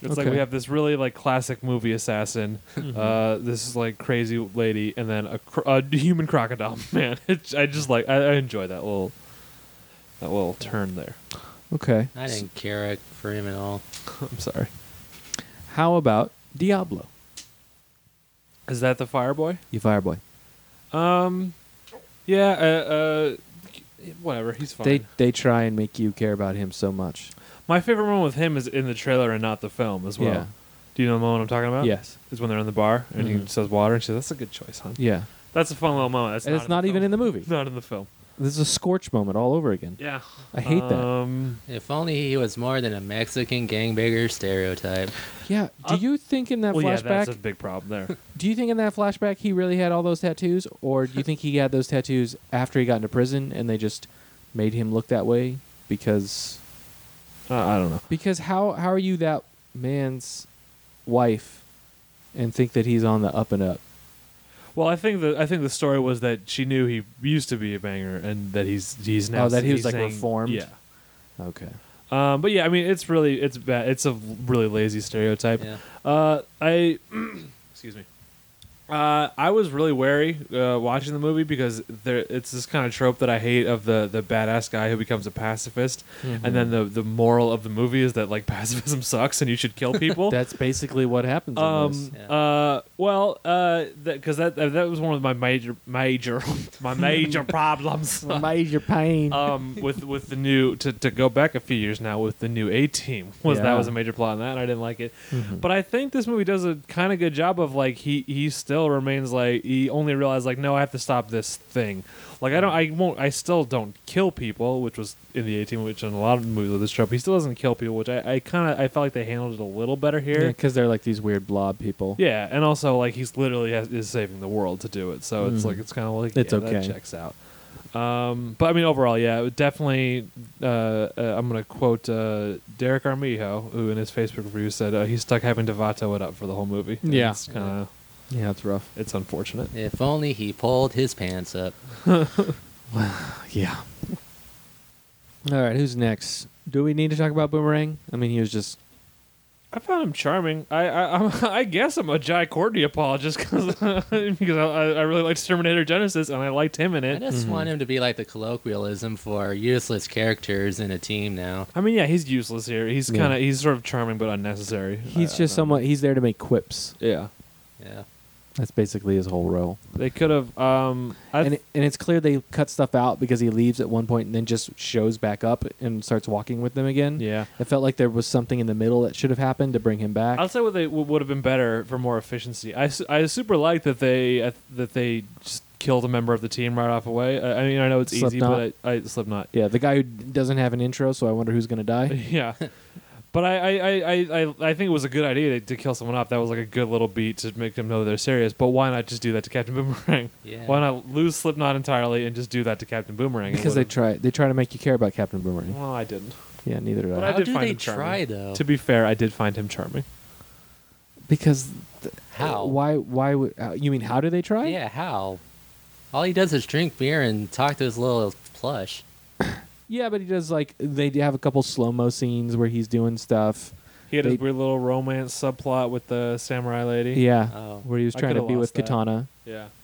S3: It's like
S1: Okay. Mm-hmm.
S3: we have this really like classic movie assassin, uh, this like crazy lady, and then a, cro- a human crocodile man. It's, I just like I, I enjoy that little that little turn there.
S1: Okay.
S2: I didn't care for him at all.
S3: I'm sorry.
S1: How about Diablo?
S3: Is that the Fireboy?
S1: You Fireboy.
S3: Um, yeah. Uh, uh whatever. He's fine.
S1: They they try and make you care about him so much.
S3: My favorite one with him is in the trailer and not the film as well.
S1: Yeah.
S3: Do you know the moment I'm talking about?
S1: Yes.
S3: Is when they're in the bar and he
S1: Mhm.
S3: says water and she says, "That's a good choice, huh?"
S1: Yeah.
S3: That's a fun little moment. That's
S1: and it's not
S3: the
S1: even
S3: film.
S1: in the movie.
S3: It's not in the film.
S1: This is a scorch moment all over again.
S3: Yeah. Uh,
S1: I hate that.
S3: Um,
S2: If only he was more than a Mexican gangbanger stereotype.
S1: Yeah. Do you think in that
S2: well, yeah,
S1: flashback?
S2: that's a
S3: big problem there.
S1: Do you think in that flashback he really had all those tattoos, or do you think he had those tattoos after he got into prison and they just made him look that way because?
S3: I don't know.
S1: Because how how are you that man's wife and think that he's on the up and up?
S3: Well, I think the I think the story was that she knew he used to be a banger and that he's he's now
S1: Oh, that he was,
S3: he's
S1: like,
S3: saying-
S1: reformed?
S3: Yeah.
S1: Okay.
S3: Um, but yeah, I mean, it's really it's bad. It's a really lazy stereotype. Uh, I excuse me. Uh, I was really wary uh, watching the movie because there it's this kind of trope that I hate of the the badass guy who becomes a pacifist,
S1: Mhm.
S3: and then the the moral of the movie is that like pacifism sucks and you should kill people.
S1: That's basically what happens. in this.
S3: Um. Uh. Well. Uh. Because that, that that was one of my major major my major problems.
S1: My major pain.
S3: Um. With with the new to, to go back a few years now with the new A team was
S1: Yeah.
S3: that was a major plot in that and I didn't like it,
S1: Mhm.
S3: but I think this movie does a kind of good job of like he he still remains like he only realized like no I have to stop this thing. Like I don't, I won't, I still don't kill people, which was in the A Team, which in a lot of movies with this trope, he still doesn't kill people, which I, I kind of, I felt like they handled it a little better here.
S1: because they're like these weird blob people.
S3: Yeah, and also like he's literally has, is saving the world to do it, so it's
S1: Mhm.
S3: like Mm. it's kind of like
S1: It's
S3: yeah,
S1: okay.
S3: That checks out. Um, but I mean, overall, yeah, it would definitely. Uh, uh, I'm gonna quote uh, Derek Armijo, who in his Facebook review said uh, he's stuck having to vato it up for the whole movie. And
S1: Yeah.
S3: it's kind of
S1: Yeah, it's rough.
S3: it's unfortunate.
S2: If only he pulled his pants up.
S1: Yeah. All right, who's next? Do we need to talk about Boomerang? I mean, he was just
S3: I found him charming. I I, I'm, I guess I'm a Jai Courtney apologist cause, because I, I really liked Terminator Genesis and I liked him in it.
S2: I just
S1: Mm-hmm.
S2: want him to be like the colloquialism for useless characters in a team now.
S3: I mean, yeah, he's useless here. He's
S1: Yeah.
S3: kind of he's sort of charming but unnecessary.
S1: he's
S3: I- I
S1: just
S3: don't know.
S1: someone. He's there to make quips.
S3: Yeah.
S2: Yeah.
S1: That's basically his whole role.
S3: They could have. Um, I
S1: and it, and it's clear they cut stuff out because he leaves at one point and then just shows back up and starts walking with them again.
S3: Yeah.
S1: It felt like there was something in the middle that should have happened to bring him back.
S3: I'll say what they what would have been better for more efficiency. I, su- I super like that they uh, that they just killed a member of the team right off away. I, I mean, I know it's easy,
S1: Slipknot.
S3: but I, I Slipknot.
S1: yeah, the guy who doesn't have an intro, so I wonder who's gonna die.
S3: Yeah. But I, I, I, I, I- I think it was a good idea to, to kill someone off. That was like a good little beat to make them know they're serious. But why not just do that to Captain Boomerang?
S2: Yeah.
S3: Why not lose Slipknot entirely and just do that to Captain Boomerang? It
S1: Because they
S3: would've-
S1: try they try to make you care about Captain Boomerang.
S3: Well, I didn't.
S1: Yeah, neither did
S3: But
S1: I.
S3: I
S2: How
S3: did
S2: do
S3: find
S2: they
S3: him charming.
S2: try,
S1: Oh.
S2: though?
S3: To be fair, I did find him charming.
S1: Because th-
S2: How?
S1: Why? Why would uh, you mean? How do they try?
S2: Yeah, how? All he does is drink beer and talk to his little plush.
S1: Yeah, but he does like they do have a couple slow mo scenes where he's doing stuff.
S3: He had
S1: They-
S3: his weird little romance subplot with the samurai lady.
S1: Yeah,
S2: Oh.
S1: where he was
S3: I
S1: trying to
S3: coulda
S1: be with
S3: lost that.
S1: Katana.
S3: Yeah.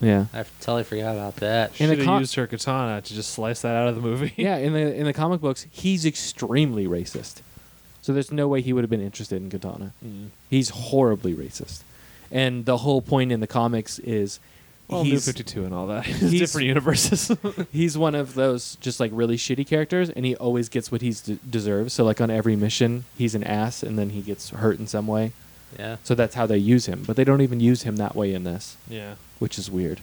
S1: Yeah,
S2: I totally forgot about that.
S1: And the
S3: Should have
S1: con-
S3: used her katana to just slice that out of the movie.
S1: yeah. In the in the comic books, he's extremely racist. So there's no way he would have been interested in Katana.
S3: Mm.
S1: He's horribly racist, and the whole point in the comics is
S3: Well, New
S1: he's
S3: 52 and all that. It's
S1: he's-
S3: different universes.
S1: he's one of those just like really shitty characters, and he always gets what he's d- deserves. So like on every mission, he's an ass, and then he gets hurt in some way.
S2: Yeah.
S1: So that's how they use him. But they don't even use him that way in this.
S3: yeah.
S1: which is weird.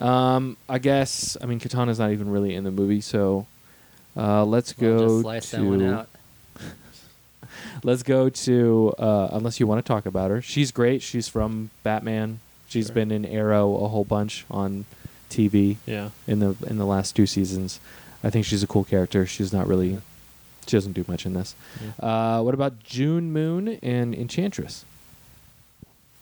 S1: Um, I guess I mean Katana's not even really in the movie, so uh, let's go
S2: Well, just slice
S1: to
S2: that one out.
S1: let's go to uh, unless you want to talk about her. She's great. She's from Batman. She's
S3: Sure.
S1: been in Arrow a whole bunch on TV
S3: Yeah.
S1: in the in the last two seasons. I think she's a cool character. She's not really she doesn't do much in this. Uh, what about June Moon and Enchantress?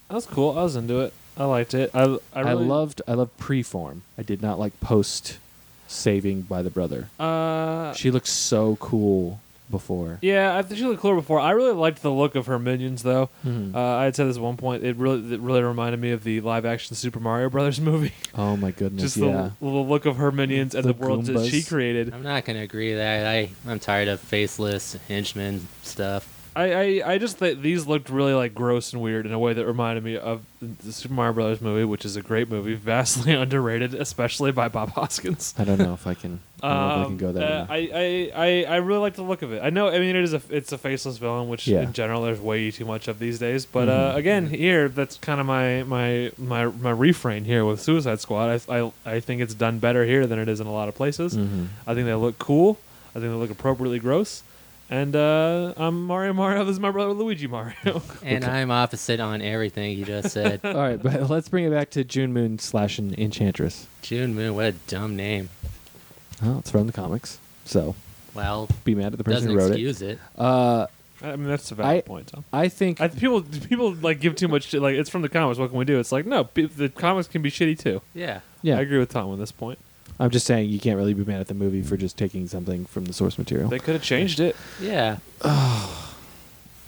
S3: That was cool. I was into it. I liked it. I, I,
S1: I,
S3: really,
S1: loved I loved preform. I did not like post saving by the brother.
S3: Uh,
S1: She looked so cool before.
S3: yeah, I think she looked cool before. I really liked the look of her minions, though.
S1: Mhm.
S3: Uh, I had said this at one point. It really, it really reminded me of the live-action Super Mario Brothers movie.
S1: Oh my goodness!
S3: Just
S1: yeah,
S3: the, the look of her minions and
S1: The
S3: the, worlds that she
S1: Goombas.
S3: created.
S2: I'm not going to agree with that. I, I'm tired of faceless henchmen stuff.
S3: I, I, I just think these looked really like gross and weird in a way that reminded me of the Super Mario Brothers movie, which is a great movie, vastly underrated, especially by Bob Hoskins.
S1: I don't know if I can. I don't know if I
S3: Um,
S1: can go there.
S3: uh, I, I, I, I really like the look of it. I know. I mean, it is a it's a faceless villain, which
S1: Yeah.
S3: in general there's way too much of these days. But
S1: Mhm.
S3: uh, again, here that's kind of my, my my my refrain here with Suicide Squad. I, I I think it's done better here than it is in a lot of places.
S1: Mhm.
S3: I think they look cool. I think they look appropriately gross. And uh, I'm Mario Mario. This is my brother Luigi Mario.
S2: And I'm opposite on everything you just said.
S1: All right, but let's bring it back to June Moon slash an Enchantress.
S2: June Moon, what a dumb name.
S1: Oh, it's from the comics, so
S2: Well,
S1: be mad at the person
S2: doesn't
S1: who wrote
S2: excuse it.
S1: Uh,
S3: I mean, that's a valid
S1: I
S3: point. Tom.
S1: I think
S3: I, people people like give too much shit. Like it's from the comics. What can we do? It's like no, pe- the comics can be shitty too.
S2: Yeah.
S1: Yeah.
S3: I agree with Tom on this point.
S1: I'm just saying you can't really be mad at the movie for just taking something from the source material.
S3: They could have changed it.
S2: Yeah.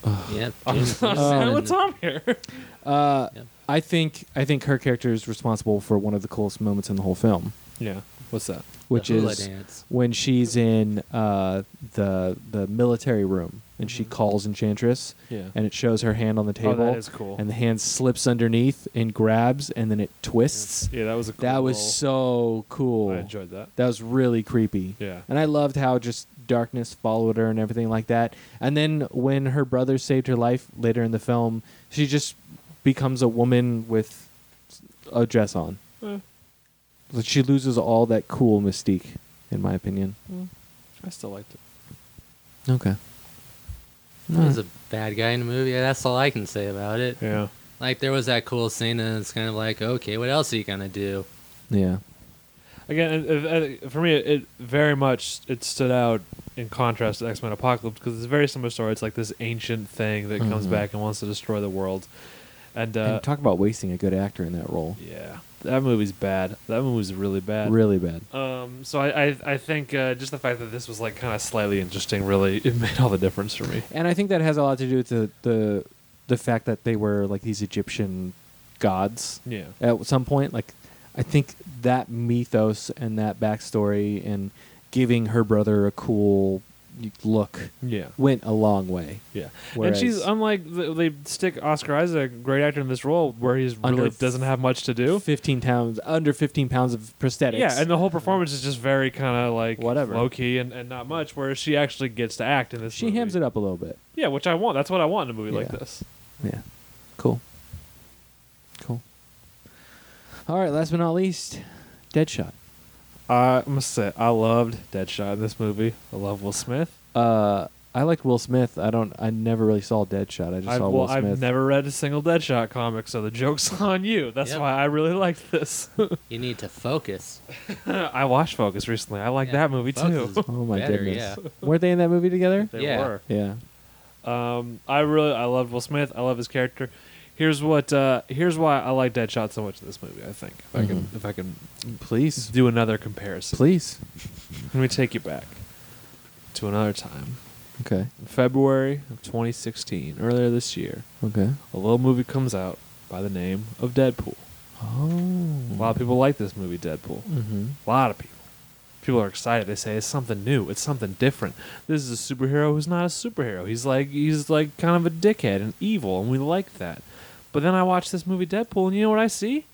S1: Oh,
S2: yep. June
S3: What's
S2: Moon
S1: Um,
S2: and-
S3: on here?
S1: Uh,
S2: Yep.
S1: I think I think her character is responsible for one of the coolest moments in the whole film,
S3: Yeah. What's that?
S1: which
S2: The hula
S1: is
S2: dance.
S1: when she's in uh, the the military room and she calls Enchantress,
S3: Mm-hmm. Yeah.
S1: and it shows her hand on the
S3: Oh,
S1: table,
S3: that is cool.
S1: and the hand slips underneath and grabs, and then it twists.
S3: yeah, that was a cool
S1: That was
S3: role.
S1: so cool.
S3: I enjoyed that.
S1: That was really creepy.
S3: Yeah.
S1: And I loved how just darkness followed her and everything like that. And then when her brother saved her life later in the film, she just becomes a woman with a dress on.
S3: Eh,
S1: Like, She loses all that cool mystique, in my opinion.
S3: I still liked it.
S1: Okay. Hmm.
S2: He was a bad guy in the movie. That's all I can say about it.
S3: Yeah.
S2: Like there was that cool scene, and it's kind of like, okay, what else are you gonna do?
S1: Yeah.
S3: Again, it, it, for me, it, it very much it stood out in contrast to X Men Apocalypse because it's a very similar story. It's like this ancient thing that comes
S1: Mhm.
S3: back and wants to destroy the world, and, uh,
S1: and talk about wasting a good actor in that role.
S3: yeah, that movie's bad. That movie's really bad.
S1: Really bad.
S3: Um, so I, I, I think uh, just the fact that this was like kind of slightly interesting really it made all the difference for me.
S1: And I think that has a lot to do with the the, the fact that they were like these Egyptian gods.
S3: Yeah.
S1: at some point. Like, I think that mythos and that backstory and giving her brother a cool look
S3: Yeah.
S1: went a long way.
S3: Yeah,
S1: Whereas-
S3: and she's unlike th- they stick Oscar Isaac, a great actor in this role, where he's
S1: Under
S3: really doesn't have much to do.
S1: Fifteen pounds under fifteen pounds of prosthetics.
S3: Yeah, and the whole performance is just very kind of like
S1: Whatever.
S3: low key and, and not much. Whereas she actually gets to act in this.
S1: she
S3: movie.
S1: hams it up a little bit.
S3: Yeah, which I want. That's what I want in a movie like
S1: Yeah.
S3: this.
S1: Yeah, cool, cool. All right, last but not least, Deadshot.
S3: I must say, I loved Deadshot in this movie. I love Will Smith.
S1: Uh, I liked Will Smith. I don't. I never really saw Deadshot. I just
S3: I've,
S1: saw
S3: well,
S1: Will Smith.
S3: I've never read a single Deadshot comic, so the joke's on you. That's
S2: Yep.
S3: why I really liked this.
S2: You need to focus.
S3: I watched Focus recently. I like
S2: Yeah,
S3: that movie
S2: Focus
S3: too.
S2: is-
S1: Oh my
S2: Better,
S1: goodness!
S2: yeah.
S1: Were they in that movie together?
S3: They
S2: Yeah.
S3: were.
S1: Yeah.
S3: Um, I really I love Will Smith. I love his character. Here's what uh, here's why I like Deadshot so much in this movie. I think if I can
S1: Mhm.
S3: if I can
S1: Please,
S3: do another comparison.
S1: please.
S3: Let me take you back to another time.
S1: Okay.
S3: In February of 2016, earlier this year,
S1: Okay.
S3: a little movie comes out by the name of Deadpool.
S1: Oh.
S3: A lot of people like this movie, Deadpool.
S1: Mm-hmm.
S3: A lot of people. People are excited. They say it's something new. It's something different. This is a superhero who's not a superhero. He's like he's like kind of a dickhead and evil, and we like that. But then I watch this movie Deadpool, and you know what I see?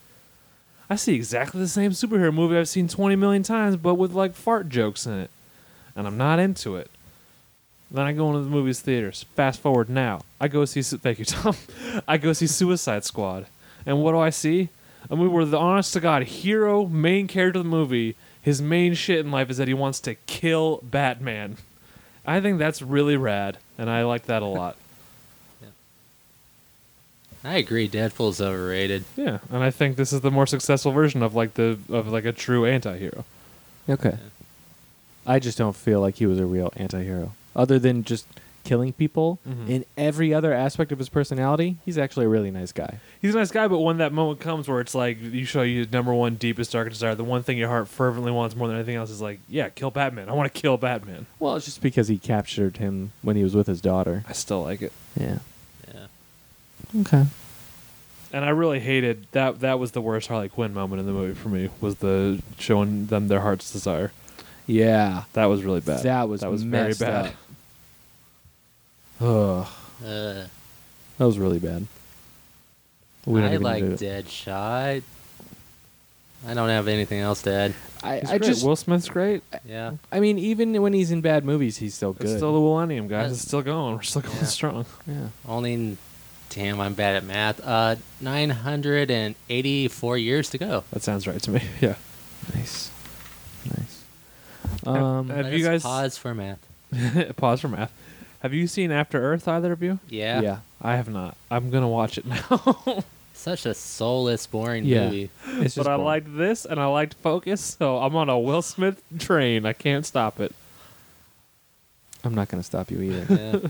S3: I see exactly the same superhero movie I've seen 20 million times, but with like fart jokes in it, and I'm not into it. Then I go into the movies theaters. Fast forward now. I go see. Su- Thank you, Tom. I go see Suicide Squad, and what do I see? A movie where the honest to god hero, main character of the movie, his main shit in life is that he wants to kill Batman. I think that's really rad, and I like that a lot.
S2: I agree. Deadpool's overrated.
S3: yeah, and I think this is the more successful version of like the of like a true anti-hero.
S1: Okay. I just don't feel like he was a real anti-hero. Other than just killing people,
S3: Mhm.
S1: in every other aspect of his personality, he's actually a really nice guy.
S3: He's a nice guy, but when that moment comes where it's like you show your number one deepest darkest desire, the one thing your heart fervently wants more than anything else is like, yeah, kill Batman. I want to kill Batman.
S1: Well, it's just because he captured him when he was with his daughter.
S3: I still like it.
S1: Yeah.
S2: Yeah.
S1: Okay.
S3: and I really hated that. That was the worst Harley Quinn moment in the movie for me. Was the showing them their heart's desire.
S1: Yeah.
S3: That was really bad.
S1: That was
S3: that was very
S1: messed
S3: bad.
S1: up. Ugh,
S2: Uh,
S1: that was really bad. We don't
S2: I
S1: even
S2: like
S1: do it.
S2: Deadshot. I don't have anything else to add.
S1: I,
S3: He's
S1: I
S3: great.
S1: just,
S3: Will Smith's great.
S2: Yeah.
S1: I mean, even when he's in bad movies, he's still
S3: It's
S1: good.
S3: still the Millennium, guys. It's
S2: That's-
S3: still going. We're still going
S2: Yeah.
S3: strong.
S1: yeah.
S2: Only, damn, I'm bad at math. Uh, 984 years to go.
S1: That sounds right to me. Yeah. Nice. Nice. Um,
S3: Have
S2: Let
S3: you
S2: us
S3: guys-
S2: pause for math?
S3: Pause for math. Have you seen After Earth? Either of you?
S2: Yeah.
S1: yeah.
S3: I have not. I'm gonna watch it now.
S2: Such a soulless, boring
S1: Yeah.
S2: movie.
S1: It's just
S3: but I
S1: boring.
S3: liked this and I liked Focus, so I'm on a Will Smith train. I can't stop it.
S1: I'm not going to stop you either.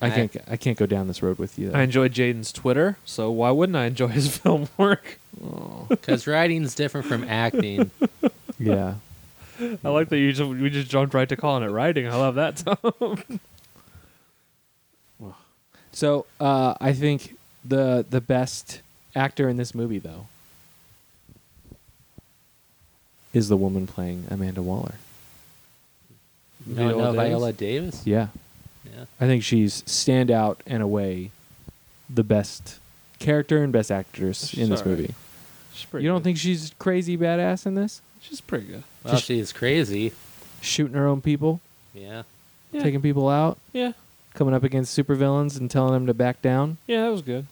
S2: Yeah.
S1: I can't. I can't go down this road with you. though.
S3: I enjoy Jaden's Twitter, so why wouldn't I enjoy his film work?
S2: Because writing's different from acting.
S1: yeah.
S3: I like that you just we just jumped right to calling it writing. I love that. Tom.
S1: So uh, I think the the best actor in this movie though is the woman playing Amanda Waller.
S2: No,
S3: Viola
S2: no,
S3: Davis?
S2: Viola Davis.
S1: Yeah.
S2: Yeah.
S1: I think she's standout and away the best character and best actress in this
S3: Sorry.
S1: movie.
S3: She's pretty
S1: You don't
S3: good.
S1: think she's crazy badass in this?
S3: she's pretty good?
S2: Well, she's crazy.
S1: Shooting her own people,
S2: Yeah.
S3: Yeah.
S1: taking people out,
S3: Yeah,
S1: coming up against supervillains and telling them to back down.
S3: yeah, that was good.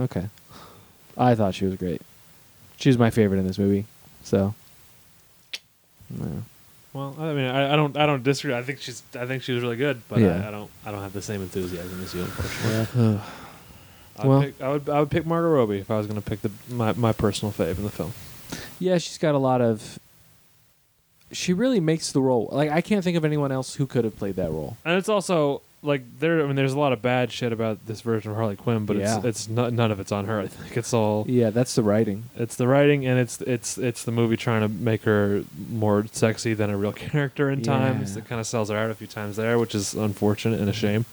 S1: Okay. I thought she was great. She was my favorite in this movie. So. No.
S3: Well, I mean, I, I don't, I don't disagree. I think she's, I think she was really good, but
S1: Yeah.
S3: I, I don't, I don't have the same enthusiasm as you, unfortunately.
S2: Yeah.
S3: I, would
S1: Well-
S3: pick, I would, I would pick Margot Robbie if I was going to pick the my, my personal fave in the film.
S1: Yeah, she's got a lot of. She really makes the role. Like I can't think of anyone else who could have played that role.
S3: And it's also like there, I mean, there's a lot of bad shit about this version of Harley Quinn, but it's,
S1: Yeah.
S3: it's not, none of it's on her. I think it's all,
S1: Yeah, that's the writing.
S3: it's the writing, and it's, it's, it's the movie trying to make her more sexy than a real character in times.
S1: Yeah.
S3: It kind of sells her out a few times there, which is unfortunate and a shame.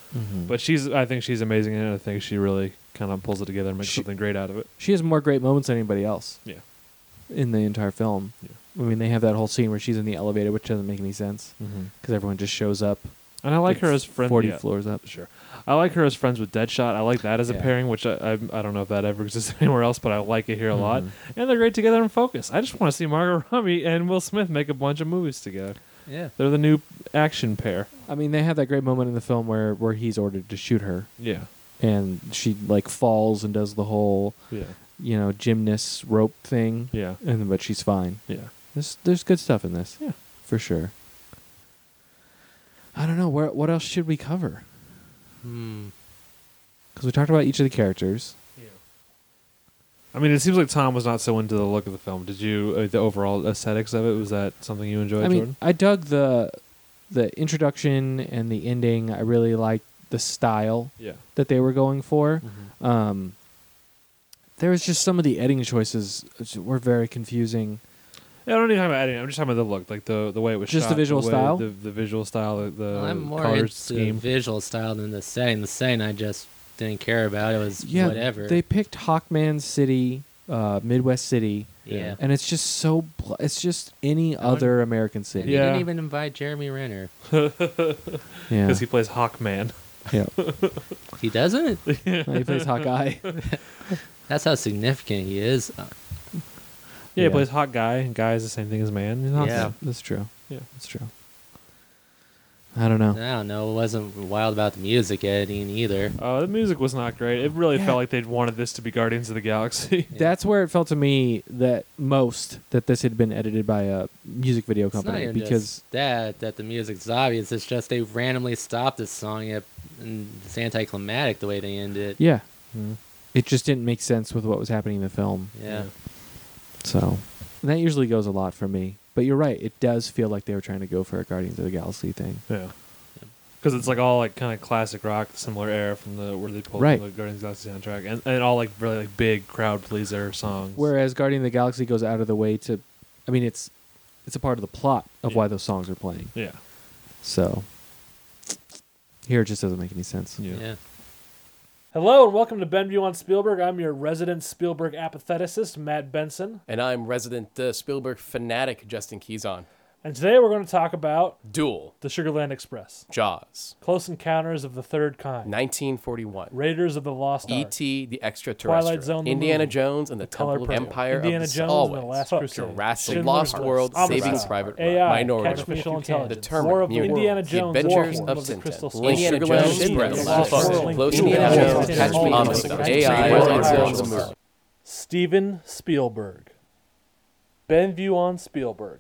S3: But she's, I think she's amazing, in it, and I think she really kind of pulls it together and makes
S1: She-
S3: something great out of it.
S1: She has more great moments than anybody else
S3: Yeah.
S1: in the entire film.
S3: Yeah.
S1: I mean, they have that whole scene where she's in the elevator, which doesn't make any sense
S3: Mm.
S1: because everyone just shows up.
S3: And I like her
S1: Mm-hmm. It's
S3: as friends.
S1: forty floors up.
S3: Sure. I like her as friends with Deadshot. I like that as a
S1: Yeah.
S3: pairing, which I, I I don't know if that ever exists anywhere else, but I like it here a lot.
S1: Mhm.
S3: And they're great together in Focus. I just want to see Margot Robbie and Will Smith make a bunch of movies together.
S2: Yeah.
S3: They're the new action pair.
S1: I mean, they have that great moment in the film where where he's ordered to shoot her,
S3: Yeah.
S1: and she like falls and does the whole
S3: Yeah.
S1: you know gymnast rope thing.
S3: Yeah.
S1: and but she's fine.
S3: Yeah.
S1: There's there's good stuff in this.
S3: Yeah.
S1: for sure. I don't know where. What else should we cover?
S2: Hmm.
S1: Because we talked about each of the characters.
S3: I mean, it seems like Tom was not so into the look of the film. Did you uh, the overall aesthetics of it? Was that something you enjoyed,
S1: I mean,
S3: Jordan?
S1: I dug the the introduction and the ending. I really liked the style
S3: Yeah.
S1: that they were going for.
S3: Mm-hmm.
S1: Um, there was just some of the editing choices which were very confusing.
S3: Yeah, I don't even talk about editing. I'm just talking about the look, like the the way it was
S1: Just the
S3: shot,
S1: visual
S3: way-
S1: style?
S3: the, the visual style, the, the
S2: Well, I'm more
S3: color
S2: into
S3: scheme.
S2: visual style than the setting. The setting I just didn't care about. It was
S1: Yeah,
S2: whatever.
S1: they picked Hawkman City, uh, Midwest City,
S2: yeah.
S1: and it's just so. Bl- it's just any
S2: wonder-
S1: other American
S2: And
S1: city.
S2: You
S3: Yeah.
S2: didn't even invite Jeremy Renner.
S1: Yeah.
S3: because he plays Hawkman.
S1: yeah.
S2: He doesn't?
S1: he plays Hawkeye.
S2: That's how significant he is. Uh,
S3: Yeah,
S1: Yeah.
S3: he plays hot guy, and guy is the same thing as man. He's hot
S2: Yeah.
S3: guy.
S1: That's true.
S3: Yeah.
S1: That's true. I don't know.
S2: I don't know. It wasn't wild about the music editing either.
S3: Oh, the music was not great. It really
S1: Yeah.
S3: felt like they'd wanted this to be Guardians of the Galaxy.
S1: That's where it felt to me that most that this had been edited by a music video
S2: It's not
S1: company
S2: even
S1: because
S2: just that that the music's obvious. It's just they randomly stopped the song at, and it's anticlimactic the way they end it.
S1: yeah, it just didn't make sense with what was happening in the film.
S2: Yeah.
S1: So and that usually goes a lot for me. But you're right; it does feel like they were trying to go for a Guardians of the Galaxy thing.
S3: yeah. Because it's like all like kind of classic rock, similar era from the where they pulled
S1: Right.
S3: from the Guardians of the Galaxy soundtrack, and, and all like really like big crowd pleaser songs.
S1: Whereas Guardian of the Galaxy goes out of the way to, I mean, it's it's a part of the plot of
S3: Yeah.
S1: why those songs are playing.
S3: yeah,
S1: So here it just doesn't make any sense.
S3: yeah.
S2: Yeah.
S3: Hello and welcome to Benview on Spielberg. I'm your resident Spielberg apatheticist, Matt Benson.
S11: And I'm resident uh, Spielberg fanatic Justin Keyson. And today we're going to talk about
S12: Duel,
S11: The Sugarland Express,
S12: Jaws,
S11: Close Encounters of the Third Kind,
S12: 1941,
S11: Raiders of the
S12: E
S11: Lost Ark,
S12: E.T. the Extraterrestrial,
S11: Twilight Zone, the
S12: Indiana
S11: movie,
S12: Jones and the,
S11: Color
S12: Temple
S11: Purple,
S12: Empire
S11: Indiana
S12: of the
S11: Jones
S12: Always,
S11: and the Last Crusade,
S12: Jurassic,
S11: Schindler's
S12: Lost
S11: List,
S12: World,
S11: Oppenheimer,
S12: Saving Private Ryan,
S11: AI,
S12: Minority
S11: Catch Me If You
S12: Report,
S11: Can,
S12: The
S11: War
S12: Terminator,
S11: of Indiana Jones,
S12: The
S11: War
S12: Adventures
S11: Horn
S12: of
S11: of the Crystal
S12: Tintin,
S11: Skull,
S12: Indiana Jones, Indiana Jones, Close Indiana Jones, Catch Me If You Can, AI, Twilight Zone, the movie.
S11: Steven Spielberg. Benview on Spielberg.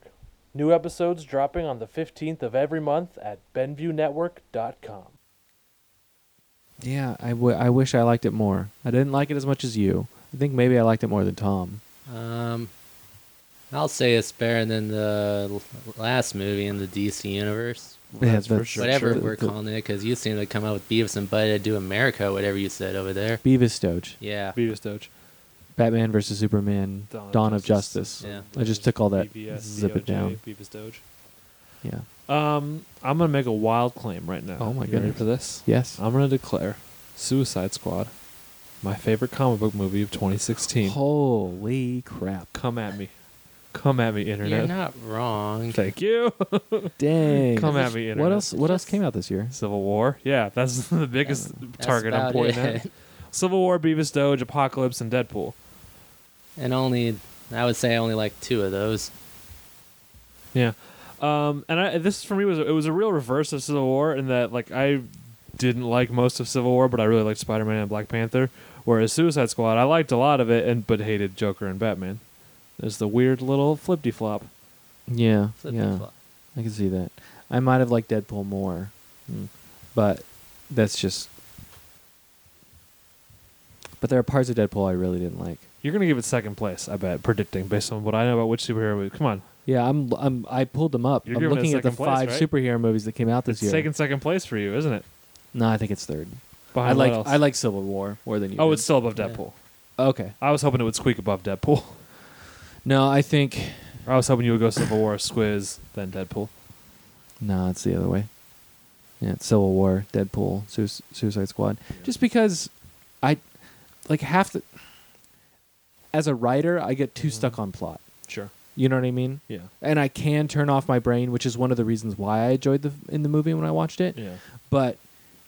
S11: New episodes dropping on the 15th of every month at BenviewNetwork.com.
S1: Yeah, I, w- I wish I liked it more. I didn't like it as much as you. I think maybe I liked it more than Tom.
S2: Um, I'll say it's better than the l- last movie in the DC universe.
S1: Yeah, That's for the- sure.
S2: Whatever
S1: sure.
S2: we're
S1: The-
S2: calling it, because you seem to come up with Beavis and Butthead do America, whatever you said over there.
S1: Beavis Stoge.
S2: Yeah.
S3: Beavis Doge.
S1: Batman versus Superman,
S3: Dawn
S1: Dawn,
S3: of
S1: of Justice.
S3: Yeah.
S1: I just took all that,
S3: BBS,
S1: zip it
S3: DOJ,
S1: down.
S3: Beavis Doge.
S1: Yeah.
S3: Um, I'm gonna make a wild claim right now.
S1: Oh my
S3: You ready
S1: goodness.
S3: for this?
S1: Yes.
S3: I'm gonna declare Suicide Squad my favorite comic book movie of 2016.
S1: Holy crap!
S3: Come at me. Come at me, internet.
S2: You're not wrong.
S3: Thank you.
S1: Dang.
S3: Come at me, internet.
S1: What else? What else came out this year?
S3: Civil War. Yeah, that's the biggest
S2: that's
S3: target I'm
S2: about
S3: pointing at.
S2: it.
S3: Civil War, Beavis Doge, Apocalypse, and Deadpool.
S2: And only, I would say, I only like two of those.
S3: Yeah, um, and I, this for me was it was a real reverse of Civil War in that like I didn't like most of Civil War, but I really liked Spider Man and Black Panther. Whereas Suicide Squad, I liked a lot of it, and but hated Joker and Batman. There's the weird little flippy flop.
S1: Yeah,
S3: Flip and
S1: yeah.
S3: flop.
S1: I can see that. I might have liked Deadpool more, Hmm. but that's just. But there are parts of Deadpool I really didn't like.
S3: You're gonna give it second place, I bet, predicting based on what I know about which superhero movie. Come on,
S1: Yeah, I'm. I'm. I pulled them up.
S3: You're
S1: I'm
S3: giving it
S1: looking at the
S3: second place,
S1: five
S3: right?
S1: superhero movies that came out this
S3: it's
S1: year.
S3: taking second place for you, isn't it?
S1: No, I think it's third.
S3: Behind
S1: I
S3: what
S1: like.
S3: else?
S1: I like Civil War more than you.
S3: Oh,
S1: did.
S3: it's still above Deadpool.
S1: Okay.
S3: I was hoping it would squeak above Deadpool.
S1: No, I think.
S3: I was hoping you would go Civil War, Squiz, then Deadpool.
S1: No, it's the other way. Yeah, it's Civil War, Deadpool, Suis- Suicide Squad. Just because I like half the as a writer, I get too stuck on plot.
S3: Sure.
S1: You know what I mean?
S3: Mm-hmm. Yeah.
S1: And I can turn off my brain, which is one of the reasons why I enjoyed the in the movie when I watched it.
S3: Yeah.
S1: But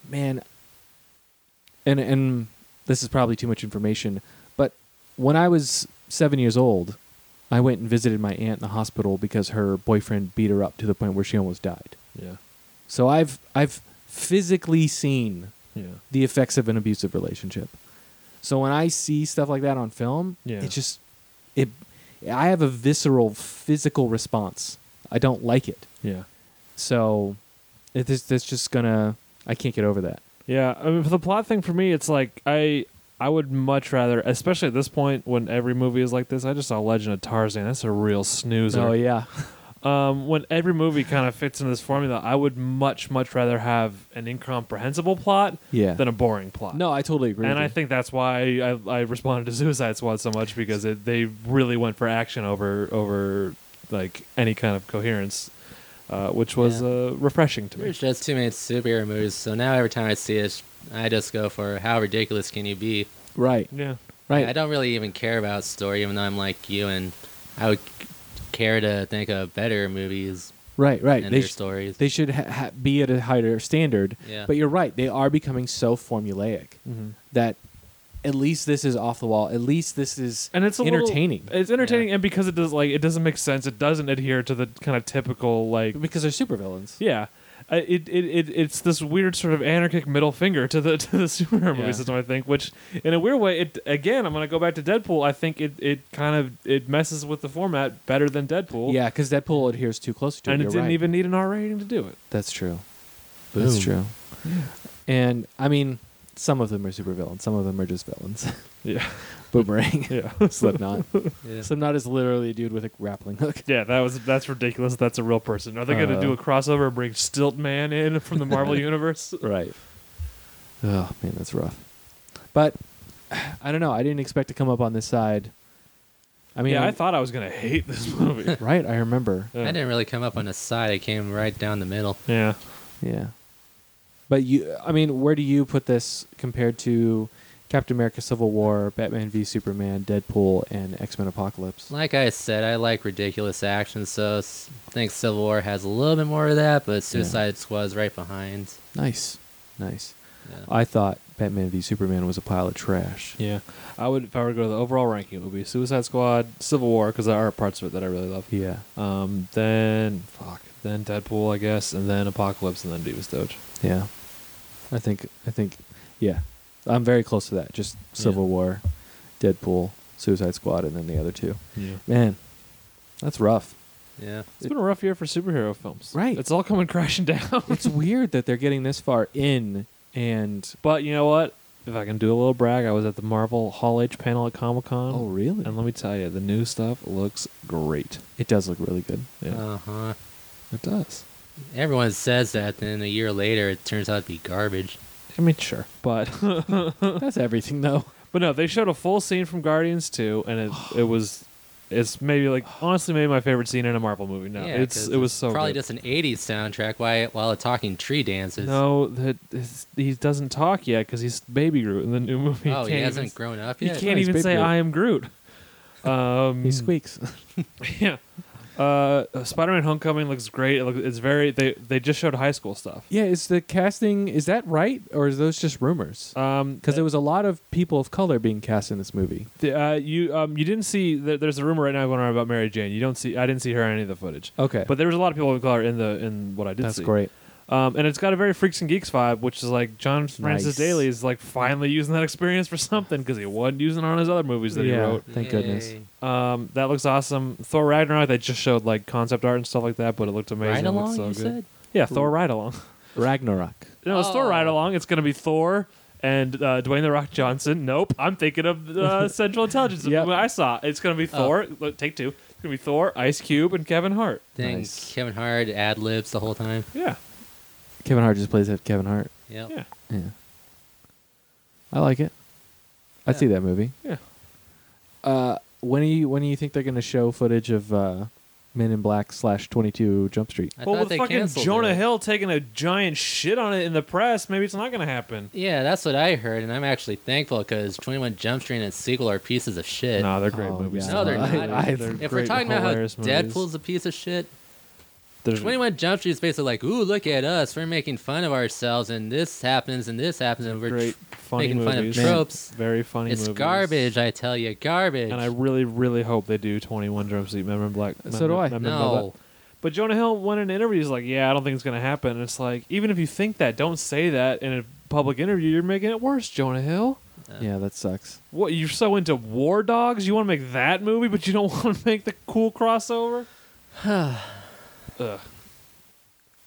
S1: man, and and this is probably too much information, but when I was 7 years old, I went and visited my aunt in the hospital because her boyfriend beat her up to the point where she almost died.
S3: Yeah.
S1: So I've I've physically seen
S3: Yeah.
S1: the effects of an abusive relationship. So when I see stuff like that on film,
S3: Yeah.
S1: it just it I have a visceral physical response. I don't like it.
S3: Yeah.
S1: So it is that's just gonna I can't get over that.
S3: Yeah, I mean, for the plot thing for me, it's like I I would much rather, especially at this point when every movie is like this. I just saw Legend of Tarzan. That's a real snoozer.
S1: Oh yeah.
S3: Um, when every movie kind of fits into this formula, I would much much rather have an incomprehensible plot
S1: Yeah.
S3: than a boring plot.
S1: No, I totally agree.
S3: and
S1: with
S3: I
S1: you.
S3: think that's why I, I responded to Suicide Squad so much because it, they really went for action over over like any kind of coherence, uh, which was
S2: Yeah.
S3: uh, refreshing to me.
S2: There's just too many superhero movies, so now every time I see it, I just go for how ridiculous can you be?
S1: Right.
S3: Yeah.
S1: Right.
S2: I don't really even care about story, even though I'm like you, and I would c- care to think of better movies.
S1: Right, right.
S2: And
S1: they
S2: their
S1: sh-
S2: stories.
S1: They should ha- ha- be at a higher standard.
S2: Yeah.
S1: But you're right; they are becoming so formulaic
S3: Mhm.
S1: that at least this is off the wall. At least this is
S3: and it's a little-
S1: entertaining
S3: it's entertaining, and because it does like it doesn't make sense, it doesn't adhere to the kind of typical like
S1: because they're supervillains.
S3: yeah. Uh, It, it it it's this weird sort of anarchic middle finger to the to the superhero
S1: Yeah.
S3: movie system, I think. Which, in a weird way, it again, I'm gonna go back to Deadpool. I think it, it kind of it messes with the format better than Deadpool.
S1: Yeah, because Deadpool adheres too close to it.
S3: and it
S1: you're
S3: didn't
S1: right.
S3: even need an R rating to do it.
S1: That's true. That's
S3: Boom.
S1: true. And I mean, some of them are supervillains. Some of them are just villains.
S3: Yeah.
S1: Boomerang.
S3: Yeah.
S1: Slipknot.
S2: Yeah.
S1: Slipknot is literally a dude with a grappling hook.
S3: Yeah, that was that's ridiculous. That's a real person. Are they gonna
S1: Uh,
S3: do a crossover and bring Stilt Man in from the Marvel universe?
S1: Right. Oh man, that's rough. But I don't know. I didn't expect to come up on this side. I mean,
S3: yeah, I
S1: I'm-
S3: thought I was gonna hate this movie.
S1: right. I remember.
S2: I didn't really come up on the side; I came right down the middle.
S3: Yeah.
S1: Yeah. But you, I mean, where do you put this compared to Captain America: Civil War, Batman v Superman, Deadpool, and X Men: Apocalypse.
S2: Like I said, I like ridiculous action, so s- I think Civil War has a little bit more of that, but Suicide Squad's right behind.
S1: Nice, nice. I thought Batman v Superman was a pile of trash.
S3: Yeah, I would if I were to go to the overall ranking, it would be Suicide Squad, Civil War, because there are parts of it that I really love.
S1: Yeah.
S3: Um. Then fuck. Then Deadpool, I guess, and then Apocalypse, and then Divas Doge.
S1: Yeah, I think I think yeah, I'm very close to that. Just Civil War, Deadpool, Suicide Squad, and then the other two.
S3: Yeah.
S1: Man, that's rough.
S2: Yeah.
S3: It's been a rough year for superhero films.
S1: Right.
S3: It's all coming crashing down.
S1: it's weird that they're getting this far in, and
S3: But you know what? If I can do a little brag, I was at the Marvel Hall H panel at Comic Con. Oh,
S1: really?
S3: And let me tell you, the new stuff looks great.
S1: it does look really good.
S3: Yeah.
S2: Uh huh.
S3: it does.
S2: Everyone says that, then a year later, it turns out to be garbage.
S3: I mean, sure, but that's
S1: everything though.
S3: But no, they showed a full scene from Guardians 2, and it it was it's maybe like honestly maybe my favorite scene in a Marvel movie. No,
S2: Yeah,
S3: it's
S2: 'cause
S3: it was so
S2: probably
S3: good.
S2: just an '80s soundtrack while while talking tree dances.
S3: no, that is- he doesn't talk yet because he's baby Groot in the new movie.
S2: Oh, he
S3: can't
S2: hasn't
S3: even-
S2: grown up
S3: He
S2: yet?
S3: can't
S2: Oh, he's
S3: even
S2: Baby
S3: say
S2: Groot.
S3: "I am Groot." Um,
S1: he squeaks.
S3: yeah. Uh, Spider-Man: Homecoming looks great. It look, it's very they they just showed high school stuff.
S1: Yeah, is the casting is that right or is those just rumors?
S3: Um,
S1: because there was a lot of people of color being cast in this movie.
S3: The, uh, you um, you didn't see there, there's a rumor right now going around about Mary Jane. You don't see I didn't see her in any of the footage.
S1: Okay.
S3: but there was a lot of people of color in the in what I did.
S1: That's
S3: see.
S1: great.
S3: Um, and it's got a very freaks and geeks vibe, which is like John Francis
S1: Nice.
S3: Daly is like finally using that experience for something because he wasn't using it on his other movies that he
S1: Yeah,
S3: wrote.
S1: thank Yay. goodness.
S3: Um, that looks awesome. Thor Ragnarok. They just showed like concept art and stuff like that, but it looked amazing. It looked
S2: Ride-along, you
S3: so good.
S2: said?
S3: Yeah, Thor ride along.
S1: Ragnarok.
S3: No, it's Thor ride along. It's going to be Thor and uh, Dwayne the Rock Johnson. Nope, I'm thinking of uh, Central Intelligence. What I saw it's going to be Thor. Look, take two. It's going to be Thor, Ice Cube, and Kevin Hart.
S2: Then Kevin Hart ad libs the whole time.
S3: Yeah.
S1: Kevin Hart just plays Kevin Hart.
S2: Yep.
S3: Yeah.
S1: Yeah. I like it. I'd see that movie.
S3: Yeah.
S1: Uh, when do you when do you think they're going to show footage of uh, Men in Black slash Twenty Two Jump Street?
S2: I
S3: well,
S2: thought
S3: with
S2: they
S3: fucking
S2: canceled
S3: Jonah
S2: it.
S3: Hill taking a giant shit on it in the press, maybe it's not going to happen.
S2: Yeah, that's what I heard, and I'm actually thankful because 21 Jump Street and its sequel are pieces of shit.
S3: No, they're great Oh, movies. yeah.
S2: No, they're
S3: I-
S2: not.
S3: I- they're
S2: if we're
S3: great,
S2: talking about how
S3: hilarious movies. Mm-hmm.
S2: Deadpool's a piece of shit,
S3: There's-
S2: 21 Jump Street is basically like, ooh, look at us. We're making fun of ourselves, and this happens, and this happens, and we're
S3: Great,
S2: tr-
S3: funny
S2: making fun of
S3: movies.
S2: tropes.
S3: Very funny
S2: It's
S3: movies.
S2: garbage, I tell you. Garbage.
S3: And I really, really hope they do 21 Jump Street, Men in Black.
S1: So do I.
S3: Men in Black.
S2: No.
S3: But Jonah Hill went in an interview. He's like, "Yeah, I don't think it's gonna happen." And it's like, even if you think that, don't say that in a public interview. You're making it worse, Jonah Hill.
S1: yeah, that sucks.
S3: What you're so into War Dogs? You want to make that movie, but you don't want to make the cool crossover? Ugh.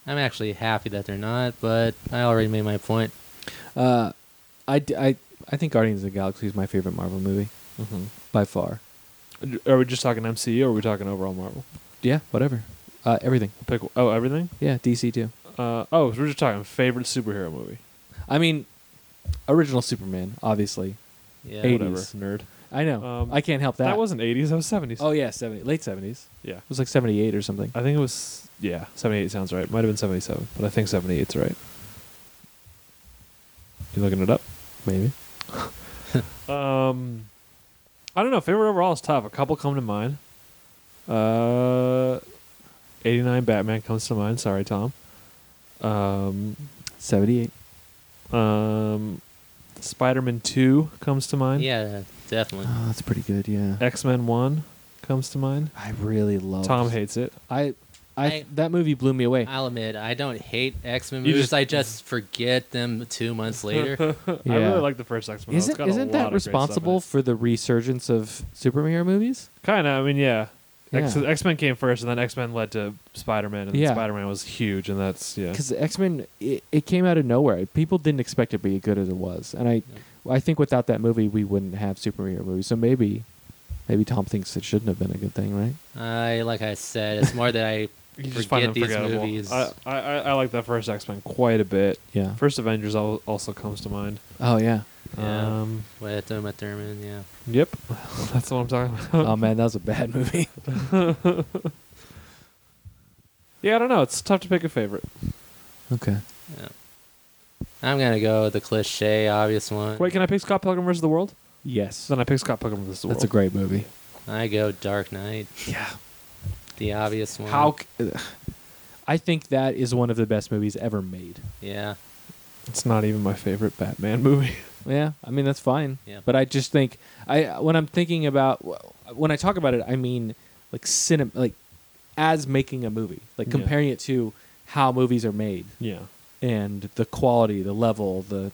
S2: I'm actually happy that they're not, but I already made my point.
S1: Uh, I, d- I, I think Guardians of the Galaxy is my favorite Marvel movie
S3: Mhm.
S1: by far.
S3: Are we just talking MCU, or are we talking overall Marvel?
S1: Yeah, whatever. Uh, everything.
S3: Pick oh everything.
S1: Yeah, DC too.
S3: Uh, oh, so we're just talking favorite superhero movie.
S1: I mean, original Superman, obviously.
S2: Yeah.
S1: 80s.
S3: Whatever, nerd.
S1: I know.
S3: Um,
S1: I can't help that.
S3: That wasn't 80s. That was 70s.
S1: Oh yeah, 70, late 70s.
S3: Yeah.
S1: It was like 78 or something.
S3: I think it was yeah, seventy eight sounds right. Might have been seventy seven, but I think seventy eight's right. You looking it up?
S1: Maybe.
S3: Um, I don't know. Favorite overall is tough. A couple come to mind. Uh, eighty nine Batman comes to mind. Sorry, Tom. Um,
S1: 78.
S3: um, Spider Man two comes to mind.
S2: Yeah, definitely.
S3: Ah,
S1: Oh, that's pretty good, yeah.
S3: X Men one comes to mind.
S1: I really love
S3: Tom hates it.
S1: I, I
S2: I-
S1: that movie blew me away.
S2: I'll admit, I don't hate X Men
S3: You
S2: movies.
S3: just-
S2: I just forget them two months later.
S3: I
S1: Yeah.
S3: really like the first X Men.
S1: Isn't isn't that responsible for the resurgence of superhero movies?
S3: Kind of. I mean, yeah. X
S1: Yeah.
S3: X Men came first, and then X Men led to Spider Man, and
S1: Yeah.
S3: Spider Man was huge, and that's yeah.
S1: Because X Men, it, it came out of nowhere. People didn't expect it to be as good as it was, and I, I think without that movie, we wouldn't have superhero movies. So maybe, maybe Tom thinks it shouldn't have been a good thing, right?
S2: I like I said, it's more that I
S3: You just find
S2: forget
S3: them
S2: these
S3: forgettable.
S2: movies.
S3: I, I I I like that first X Men quite a bit.
S1: Yeah.
S3: First Avengers al- also comes to mind.
S1: Oh yeah.
S2: yeah.
S3: Um.
S2: with Uma Thurman, yeah.
S3: Yep. that's what I'm talking about.
S1: oh man, that was a bad movie.
S3: yeah, I don't know. It's tough to pick a favorite.
S1: okay.
S2: yeah. I'm gonna go with the cliche, obvious one.
S3: Wait, can I pick Scott Pilgrim versus the World?
S1: Yes.
S3: Then I pick Scott Pilgrim versus the World.
S1: That's a great movie.
S2: I go Dark Knight.
S3: Yeah.
S2: The obvious one.
S1: How? c- I think that is one of the best movies ever made.
S2: Yeah.
S3: It's not even my favorite Batman movie.
S1: Yeah, I mean that's fine.
S2: Yeah.
S1: But I just think I when I'm thinking about when I talk about it, I mean like cinema, like as making a movie, like
S3: Yeah.
S1: comparing it to how movies are made
S3: Yeah.
S1: and the quality, the level, the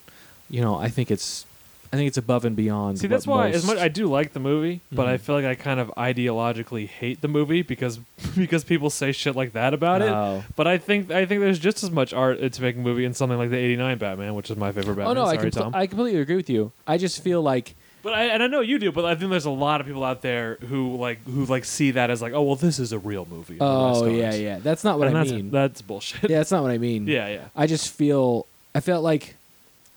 S1: you know, I think it's I think it's above and beyond.
S3: See, that's
S1: what
S3: why as much
S1: most-
S3: I do like the movie, but I
S1: Mhm.
S3: feel like I kind of ideologically hate the movie because because people say shit like that about
S1: Oh.
S3: it. But I think I think there's just as much art to make a movie in something like the '89 Batman, which is my favorite Batman.
S1: oh no,
S3: Sorry,
S1: I, compl-
S3: Tom.
S1: I completely agree with you. I just feel like
S3: But I, and I know you do, but I think there's a lot of people out there who like who like see that as like, oh well, this is a real movie. and the rest
S1: oh
S3: aren't.
S1: yeah, yeah, that's not what
S3: And
S1: I
S3: that's,
S1: mean.
S3: That's bullshit.
S1: yeah, that's not what I mean.
S3: Yeah, yeah.
S1: I just feel I felt like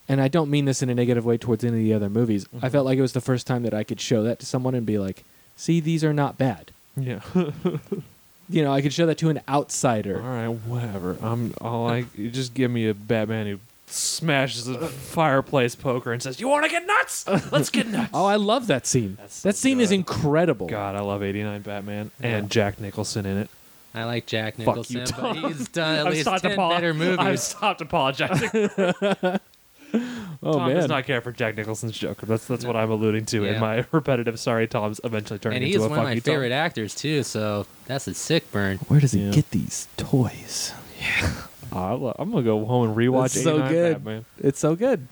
S1: and I don't mean this in a negative way towards any of the other movies.
S3: Mm-hmm.
S1: I felt like it was the first time that I could show that to someone and be like, "See, these are not bad."
S3: Yeah.
S1: You know, I could show that to an outsider.
S3: All right, whatever. I'm all like, you just give me a Batman who smashes a fireplace poker and says, "You want to get nuts? Let's get nuts."
S1: Oh, I love that scene. that scene is incredible.
S3: God, I love '89 Batman
S1: Yeah.
S3: and Jack Nicholson in it.
S2: I like Jack
S3: Fuck you,
S2: Nicholson, but
S3: Tom.
S2: he's done at
S3: I've
S2: least
S3: stopped
S2: ten
S3: apolo-
S2: better movies.
S3: I've stopped apologizing.
S1: Oh
S3: Tom does
S1: man.
S3: not care for Jack Nicholson's Joker. That's that's what I'm alluding to
S2: Yeah.
S3: in my repetitive. Sorry, Tom's eventually turning
S2: and
S3: into
S2: he's
S3: a
S2: one of
S3: fuck
S2: my
S3: you,
S2: favorite
S3: Tom.
S2: actors too. So that's a sick burn.
S1: Where does he
S3: Yeah.
S1: get these toys?
S3: Oh, I lo- I'm gonna go home and rewatch.
S1: it's so
S3: 89
S1: good.
S3: Batman.
S1: It's so good.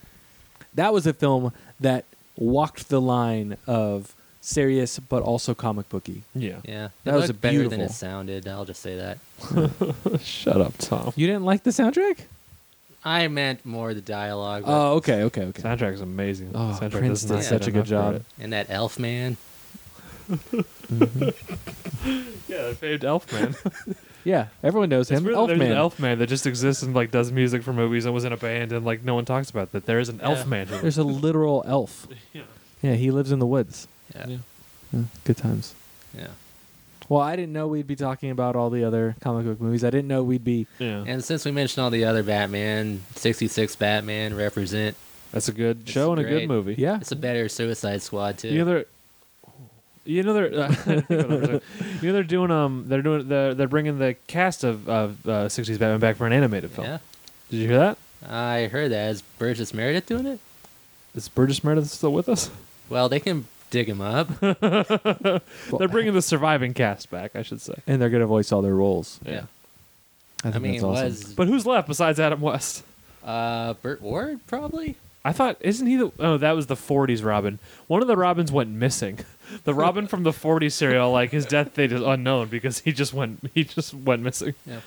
S1: That was a film that walked the line of serious but also comic booky.
S3: Yeah.
S2: Yeah, it
S1: That was
S2: looked
S1: a
S2: better than it
S1: beautiful-
S2: sounded. I'll just say that.
S3: Shut up, Tom.
S1: You didn't like the soundtrack?
S2: I meant more the dialogue. but-
S1: Oh, okay, okay, okay.
S3: Soundtrack is amazing.
S1: Oh,
S3: Soundtrack
S1: Prince
S3: does
S1: did
S3: not
S1: such
S3: get
S1: a good
S3: enough
S1: job.
S3: credit.
S2: and that elf man.
S3: Yeah, they paved Elfman.
S1: Yeah, everyone knows
S3: It's
S1: him.
S3: really- There's
S1: Elfman.
S3: an elf man that just exists and like does music for movies and was in a band and like no one talks about that. There is an elf man. Who,
S1: There's a literal elf.
S3: Yeah.
S1: Yeah, he lives in the woods.
S2: Yeah,
S3: Yeah.
S2: yeah.
S1: Yeah, good times. Well, I didn't know we'd be talking about all the other comic book movies. I didn't know we'd be.
S3: yeah,
S2: And since we mentioned all the other Batman, '66 Batman represent.
S3: that's a good show and a
S2: great.
S3: good movie.
S1: Yeah.
S2: It's a better Suicide Squad too.
S3: You know they're, you know they're, uh, you know they're doing um they're doing they're they're bringing the cast of of uh, '60s Batman back for an animated film.
S2: yeah,
S3: Did you hear that?
S2: I heard that. Is Burgess Meredith doing it?
S3: Is Burgess Meredith still with us?
S2: Well, they can dig him up.
S3: they're bringing the surviving cast back, I should say.
S1: And they're going to voice all their roles.
S2: yeah.
S1: I, think
S2: I mean, it
S1: that's awesome.
S2: was
S3: But who's left besides Adam West?
S2: uh, Burt Ward probably.
S3: I thought, isn't he the? Oh, that was the '40s Robin. One of the Robins went missing. The Robin from the '40s serial, like his death date is unknown because he just went, he just went missing.
S2: Yeah.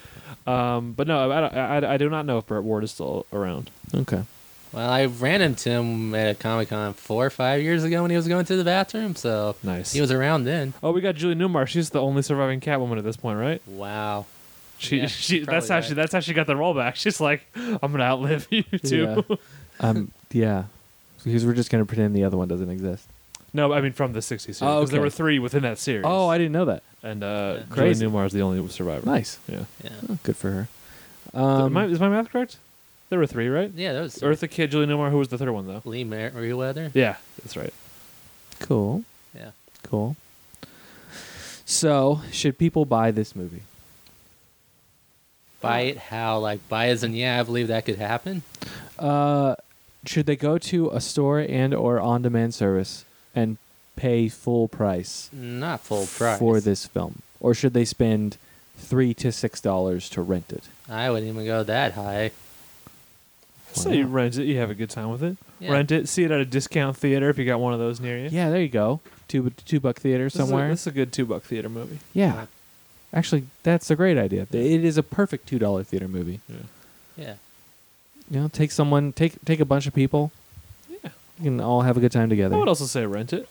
S3: Um, but no, I, don't- I, I do not know if Burt Ward is still around.
S1: Okay.
S2: Well, I ran into him at a Comic Con four or five years ago when he was going to the bathroom. So
S3: Nice.
S2: he was around then.
S3: Oh, we got Julie Newmar. She's the only surviving Catwoman at this point, right?
S2: Wow.
S3: She,
S2: Yeah,
S3: she.
S2: she's
S3: That's
S2: probably
S3: how she.
S2: right.
S3: That's how she got the role back. She's like, I'm gonna outlive you two.
S1: Yeah. um, yeah. Because we're just going to pretend the other one doesn't exist.
S3: no, I mean from the '60s series.
S1: Oh,
S3: 'cause there
S1: okay.
S3: were three within that series.
S1: Oh, I didn't know that.
S3: and uh,
S2: Yeah.
S1: Crazy.
S3: Julie Newmar is the only survivor.
S1: Nice.
S3: Yeah.
S2: Yeah.
S1: Oh, good for her.
S3: Am
S1: Um,
S3: I- is my math correct? There were three, right?
S2: Yeah, that was
S3: Eartha Kitt, Julie Newmar. Who was the third one though?
S2: Lee Mer- Merriweather.
S3: Yeah, that's right.
S1: cool.
S2: Yeah.
S1: Cool. So, should people buy this movie?
S2: Buy it how? Like buy as in yeah, I believe that could happen.
S1: Uh, should they go to a store and or on-demand service and pay full price
S2: Not full price.
S1: for this film, or should they spend three to six dollars to rent it?
S2: I wouldn't even go that high.
S3: So
S1: Why
S3: you
S1: not?
S3: rent it, you have a good time with it.
S2: Yeah.
S3: Rent it, see it at a discount theater if you got one of those near you.
S1: Yeah, there you go. Two two buck theater
S3: This is a-
S1: somewhere.
S3: this is a good two buck theater movie.
S1: yeah, actually, that's a great idea. It is a perfect two dollar theater movie.
S3: Yeah.
S2: Yeah.
S1: You know, take someone, take take a bunch of people.
S3: Yeah.
S1: You can all have a good time together.
S3: I would also say rent it.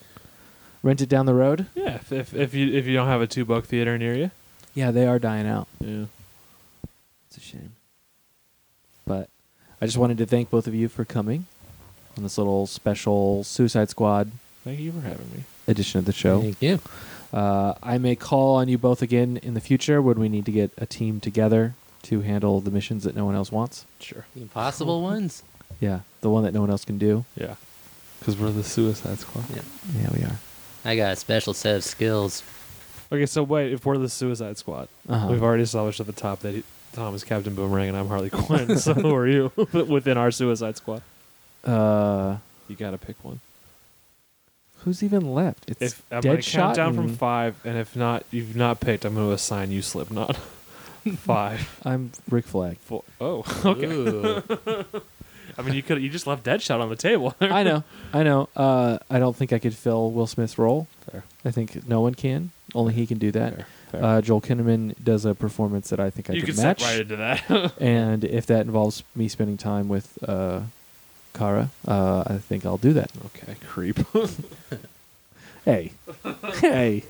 S1: Rent it down the road.
S3: Yeah, if, if if you if you don't have a two buck theater near you.
S1: Yeah, they are dying out.
S3: Yeah.
S1: It's a shame. But I just wanted to thank both of you for coming on this little special Suicide Squad
S3: Thank you for having me.
S1: edition of the show.
S2: Thank you.
S1: Uh, I may call on you both again in the future when we need to get a team together to handle the missions that no one else wants.
S3: Sure.
S2: The impossible ones.
S1: Yeah, the one that no one else can do.
S3: Yeah, because we're the Suicide Squad.
S2: Yeah.
S1: Yeah, we are.
S2: I got a special set of skills.
S3: Okay, so wait, if we're the Suicide Squad,
S1: Uh-huh.
S3: we've already established at the top that he, Tom is Captain Boomerang and I'm Harley Quinn. so who are you within our Suicide Squad?
S1: Uh,
S3: You got to pick one.
S1: who's even left? It's
S3: If I'm gonna
S1: dead
S3: count
S1: shot.
S3: down from five, and if not, you've not picked. I'm going to assign you Slipknot. five.
S1: I'm Rick Flag.
S3: Four. Oh, okay. I mean, you could you just left Deadshot on the table.
S1: I know, I know. Uh, I don't think I could fill Will Smith's role.
S3: Fair.
S1: I think no one can. Only he can do that.
S3: Fair, fair.
S1: Uh, Joel Kinnaman does a performance that I think I
S3: you
S1: could
S3: could
S1: match.
S3: step right into that.
S1: and if that involves me spending time with uh, Kara, uh, I think I'll do that.
S3: okay, creep.
S1: Hey, hey.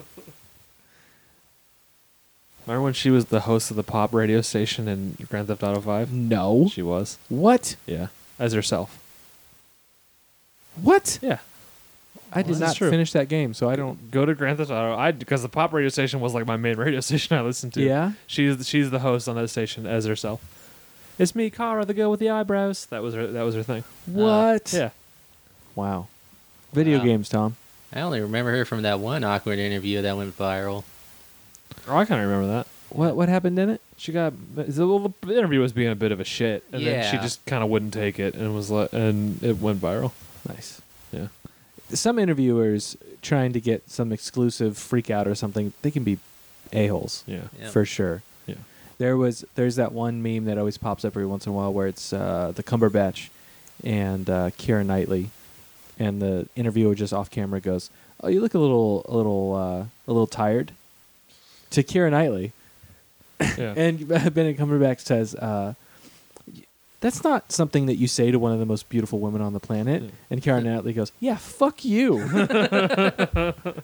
S3: Remember when she was the host of the pop radio station in Grand Theft Auto Five?
S1: No.
S3: She was.
S1: What?
S3: Yeah, as herself.
S1: What?
S3: Yeah.
S1: I did
S3: This is
S1: not
S3: true.
S1: finish that game, so I don't.
S3: Go to Grand Theft Auto. I because the pop radio station was like my main radio station I listened to.
S1: Yeah?
S3: she's she's the host on that station as herself. It's me, Kara, the girl with the eyebrows.
S1: Uh,
S3: That was her. That was her thing.
S1: What?
S3: Yeah,
S1: Wow. Video
S2: Wow.
S1: games, Tom.
S2: I only remember her from that one awkward interview that went viral.
S3: oh, I kind of remember that.
S1: What what happened in it?
S3: She got the, well, the interview was being a bit of a shit, and then she
S2: Yeah.
S3: just kind of wouldn't take it, and was like, and it went viral.
S1: Nice.
S3: Yeah,
S1: Some interviewers trying to get some exclusive freak out or something, they can be a holes.
S3: yeah,
S2: Yeah.
S1: For sure.
S3: yeah.
S1: There was there's that one meme that always pops up every once in a while where it's uh, the Cumberbatch and uh, Kira Knightley, and the interviewer just off camera goes, "Oh, you look a little a little uh, a little tired," to Kira Knightley,
S3: yeah.
S1: and Benedict Cumberbatch says, uh, "That's not something that you say to one of the most beautiful women on the planet."
S3: Yeah.
S1: And Kira Knightley goes, "Yeah, fuck you."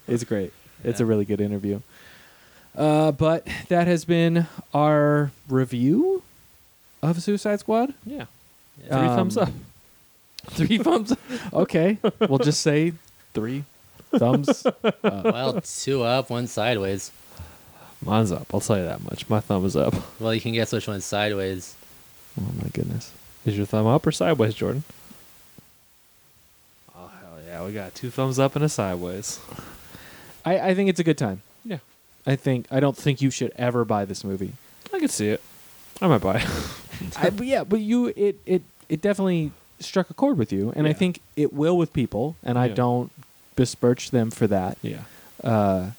S1: it's great. It's a really good interview. Uh, but that has been our review of Suicide Squad.
S3: yeah.
S2: Yeah.
S3: Three thumbs up.
S1: Um, Three thumbs. up. Okay, we'll just say three thumbs.
S2: well, two up, one sideways.
S3: Mine's up. I'll tell you that much. My thumb is up.
S2: Well, you can guess which one's sideways.
S1: Oh my goodness.
S3: Is your thumb up or sideways, Jordan? Oh hell yeah, we got two thumbs up and a sideways.
S1: I, I think it's a good time.
S3: Yeah,
S1: I think I don't think you should ever buy this movie.
S3: I could see it. I might buy it.
S1: I, but yeah, but you it it it definitely struck a chord with you, and I
S3: Yeah.
S1: think it will with people, and I
S3: Yeah.
S1: don't besmirch them for that.
S3: yeah.
S1: Uh,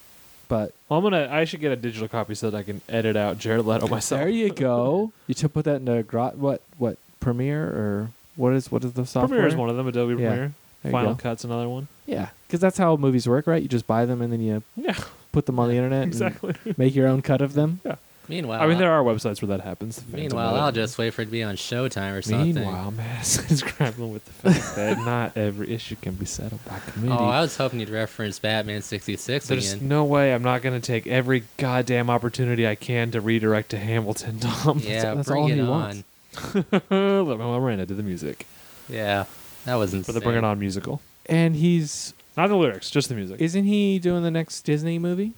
S1: but
S3: Well, I'm gonna. I should get a digital copy so that I can edit out Jared Leto myself.
S1: there you go. you should put that in a gro- what what Premiere or what is what is the software?
S3: Premiere is one of them. Adobe
S1: Yeah.
S3: Premiere.
S1: There you
S3: Final
S1: go.
S3: Cut's another one.
S1: Yeah, because that's how movies work, right? You just buy them and then you
S3: Yeah,
S1: put them on the internet and
S3: exactly.
S1: make your own cut of them.
S3: yeah.
S2: Meanwhile,
S3: I mean, there are websites where that happens. The Phantom
S2: Meanwhile,
S3: Letter.
S2: I'll just wait for it to be on Showtime or something.
S3: Meanwhile, Madison is grappling with the fact that not every issue can be settled by committee.
S2: Oh, I was hoping you'd reference Batman 66
S3: There's
S2: again.
S3: no way I'm not going to take every goddamn opportunity I can to redirect to Hamilton, Tom.
S2: yeah,
S1: that's
S2: bring
S1: all
S2: it
S1: he
S2: on.
S1: wants.
S3: Let Manuel Miranda do the music
S2: Yeah, that was
S3: for
S2: insane.
S3: the Bring It On musical.
S1: And he's
S3: Not the lyrics, just the music.
S1: isn't he doing the next Disney movie?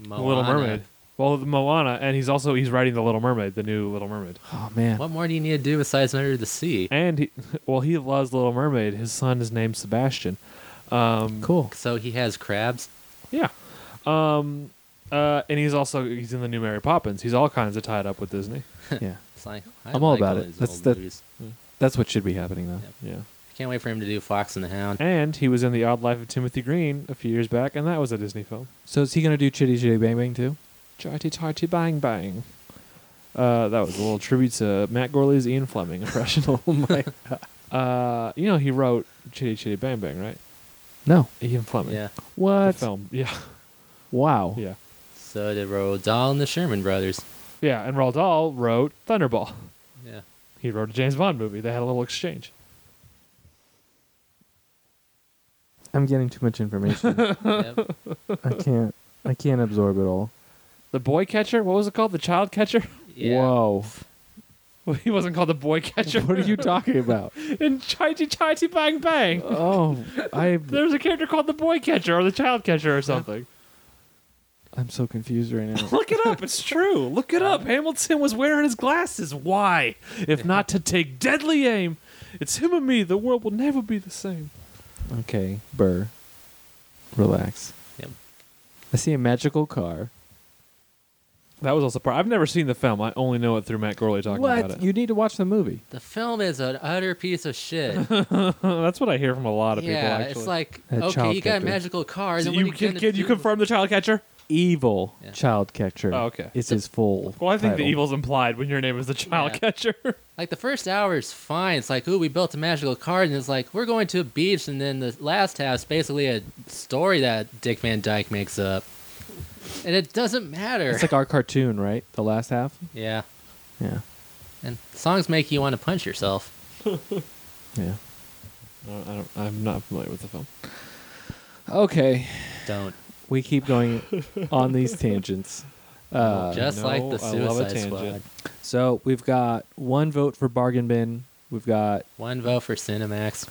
S3: The Little
S2: Moana.
S3: Mermaid. Well, the Moana, and he's also he's writing the Little Mermaid, the new Little Mermaid.
S1: Oh man,
S2: What more do you need to do besides Under the Sea?
S3: And he, well, he loves Little Mermaid. His son is named Sebastian. Um,
S1: cool.
S2: So he has crabs.
S3: Yeah. Um, uh, and he's also he's in the new Mary Poppins. He's all kinds of tied up with Disney.
S1: yeah,
S2: It's like I
S1: I'm all
S2: like
S1: about it.
S2: these
S1: That's-
S2: old
S1: that-
S2: movies.
S1: that's what should be happening though.
S3: Yeah.
S2: Can't wait for him to do Fox and the Hound.
S3: And he was in The Odd Life of Timothy Green a few years back, and that was a Disney film.
S1: So is he gonna do Chitty Chitty Bang Bang too?
S3: Jarty Tarty Bang Bang. Uh, that was a little tribute to Matt Gorley's Ian Fleming impression. oh my Uh, you know he wrote Chitty Chitty Bang Bang, right?
S1: No.
S3: Ian Fleming.
S2: Yeah.
S3: The
S1: What?
S3: film. Yeah.
S1: Wow.
S3: Yeah.
S2: So did Roald Dahl and the Sherman Brothers.
S3: Yeah. And Roald Dahl wrote Thunderball.
S2: Yeah.
S3: He wrote a James Bond movie. They had a little exchange.
S1: I'm getting too much information.
S2: Yep.
S1: I can't. I can't absorb it all.
S3: The boy catcher. What was it called? The child catcher.
S2: Yeah.
S1: Whoa.
S3: Well, he wasn't called the boy catcher.
S1: What are you talking about?
S3: in Chitty Chitty Bang Bang?
S1: Oh, I
S3: There's a character called the boy catcher or the child catcher or something.
S1: I'm so confused right now.
S3: Look it up. It's true. Look it up. Hamilton was wearing his glasses. Why? If not to take deadly aim It's him and me. The world will never be the same.
S1: Okay, Burr. Relax.
S2: Yep.
S1: I see a magical car.
S3: That was also part. I've never seen the film. I only know it through Matt Gorley talking
S1: What?
S3: about it.
S1: You need to watch the movie.
S2: The film is an utter piece of shit.
S3: That's what I hear from a lot of people.
S2: yeah,
S3: Actually,
S2: it's like
S1: A
S2: okay,
S1: child
S2: you got a
S1: kicker.
S2: magical car.
S3: So
S2: Then
S3: you
S2: what are
S3: can-
S2: gonna
S3: can you
S2: do?
S3: confirm the child catcher?
S1: Evil Child Catcher.
S3: Oh, okay.
S1: It's his full.
S3: Well, I think
S1: title.
S3: the evil's implied when your name is the child
S2: Yeah.
S3: catcher.
S2: Like the first hour is fine. It's like, ooh, we built a magical car, and it's like we're going to a beach, and then the last half is basically a story that Dick Van Dyke makes up, and it doesn't matter.
S1: It's like our cartoon, right? The last half.
S2: yeah,
S1: Yeah.
S2: and songs make you want to punch yourself.
S1: Yeah.
S3: No, I don't, I'm not familiar with the film.
S1: Okay.
S2: Don't.
S1: We keep going on these tangents. Uh,
S2: Just
S3: no,
S2: like the
S3: I love a
S2: Suicide Squad.
S3: tangent.
S1: So we've got one vote for Bargain Bin. We've got mm,
S2: One vote for Cinemax.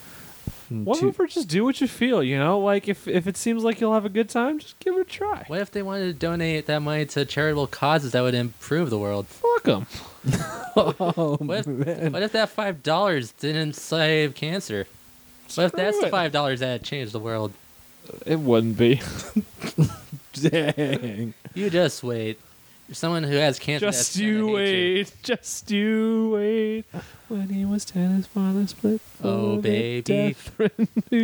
S3: One
S1: two-
S3: for just do what you feel. You know, like if if it seems like you'll have a good time, just give it a try.
S2: What if they wanted to donate that money to charitable causes that would improve the world?
S3: Fuck them.
S1: Oh,
S2: What if,
S1: man.
S2: what if that five dollars didn't save cancer? What if that's
S3: Screw
S2: the
S3: it.
S2: five dollars that changed the world?
S3: It wouldn't be.
S1: Dang.
S2: You just wait. You're someone who has cancer.
S3: just
S2: that's gonna
S3: you
S2: hate you.
S3: wait. Just you wait. When he was ten, his father split.
S2: Oh,
S3: for the
S2: baby.
S3: Death friend. Two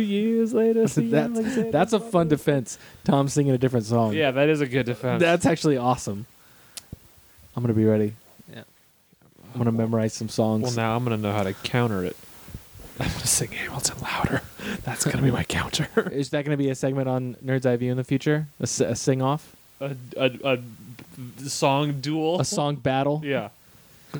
S3: years later, so
S1: that's that's a fun defense. Tom singing a different song.
S3: Yeah, that is a good defense.
S1: That's actually awesome. I'm gonna be ready.
S2: Yeah.
S1: I'm gonna memorize some songs.
S3: well, now I'm gonna know how to counter it. I'm gonna sing Hamilton louder. That's gonna be my counter.
S1: Is that gonna be a segment on Nerd's Eye View in the future? A, s- a sing off?
S3: a, a, a song duel.
S1: A song battle?
S3: Yeah.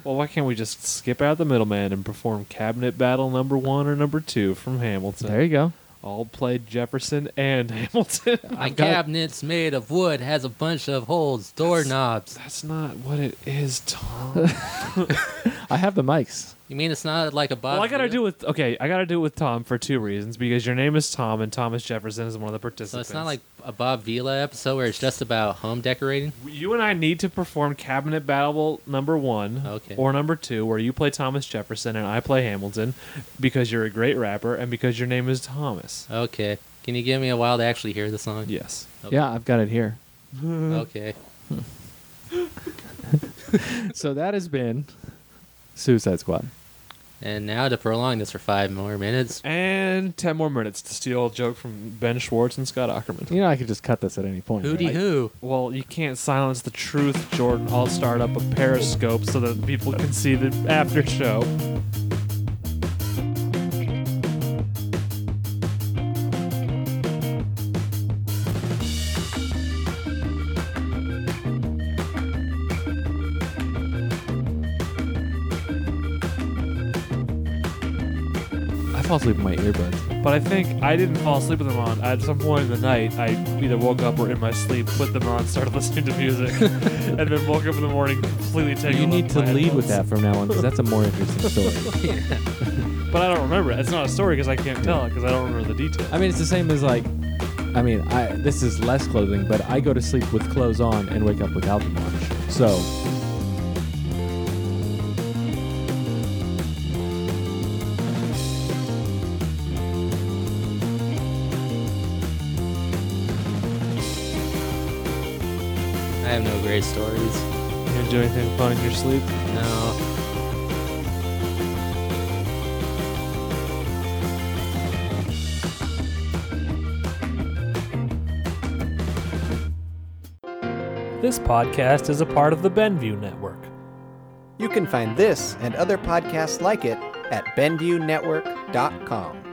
S3: Well, why can't we just skip out the middleman and perform cabinet battle number one or number two from Hamilton?
S1: There you go.
S3: All played Jefferson and Hamilton.
S2: My
S1: got-
S2: cabinet's made of wood, has a bunch of holes, doorknobs.
S3: That's not what it is, Tom.
S1: I have the mics.
S2: You mean it's not like a box?
S3: well, I gotta do it with okay. I gotta do it with Tom for two reasons because your name is Tom and Thomas Jefferson is one of the participants.
S2: So it's not like a Bob Vila episode where it's just about home decorating.
S3: you and I need to perform cabinet battle number one
S2: Okay.
S3: or number two, where you play Thomas Jefferson and I play Hamilton, because you're a great rapper and because your name is Thomas.
S2: Okay. Can you give me a while to actually hear the song?
S3: Yes.
S2: Okay.
S1: Yeah, I've got it here.
S2: Okay.
S1: So that has been Suicide Squad.
S2: And now to prolong this for five more minutes.
S3: And 10 more minutes to steal a joke from Ben Schwartz and Scott Ackerman.
S1: You know I could just cut this at any point.
S2: Hooty
S1: right?
S2: hoo.
S3: Well, you can't silence the truth, Jordan. I'll start up a Periscope so that people can see the after show.
S1: I fall asleep in my earbuds.
S3: But I think I didn't fall asleep with them on. At some point in the night, I either woke up or in my sleep put them on, started listening to music, and then woke up in the morning completely taken.
S1: You
S3: off
S1: need to
S3: my
S1: lead with that
S3: headphones.
S1: from now on because that's a more interesting story.
S3: But I don't remember it. It's not a story because I can't tell it because I don't remember the details.
S1: I mean, it's the same as like, I mean, I this is less clothing, but I go to sleep with clothes on and wake up without them on. So
S2: I have no great stories.
S3: You do anything fun in your sleep?
S2: No.
S11: This podcast is a part of the Benview Network.
S13: You can find this and other podcasts like it at BenviewNetwork.com.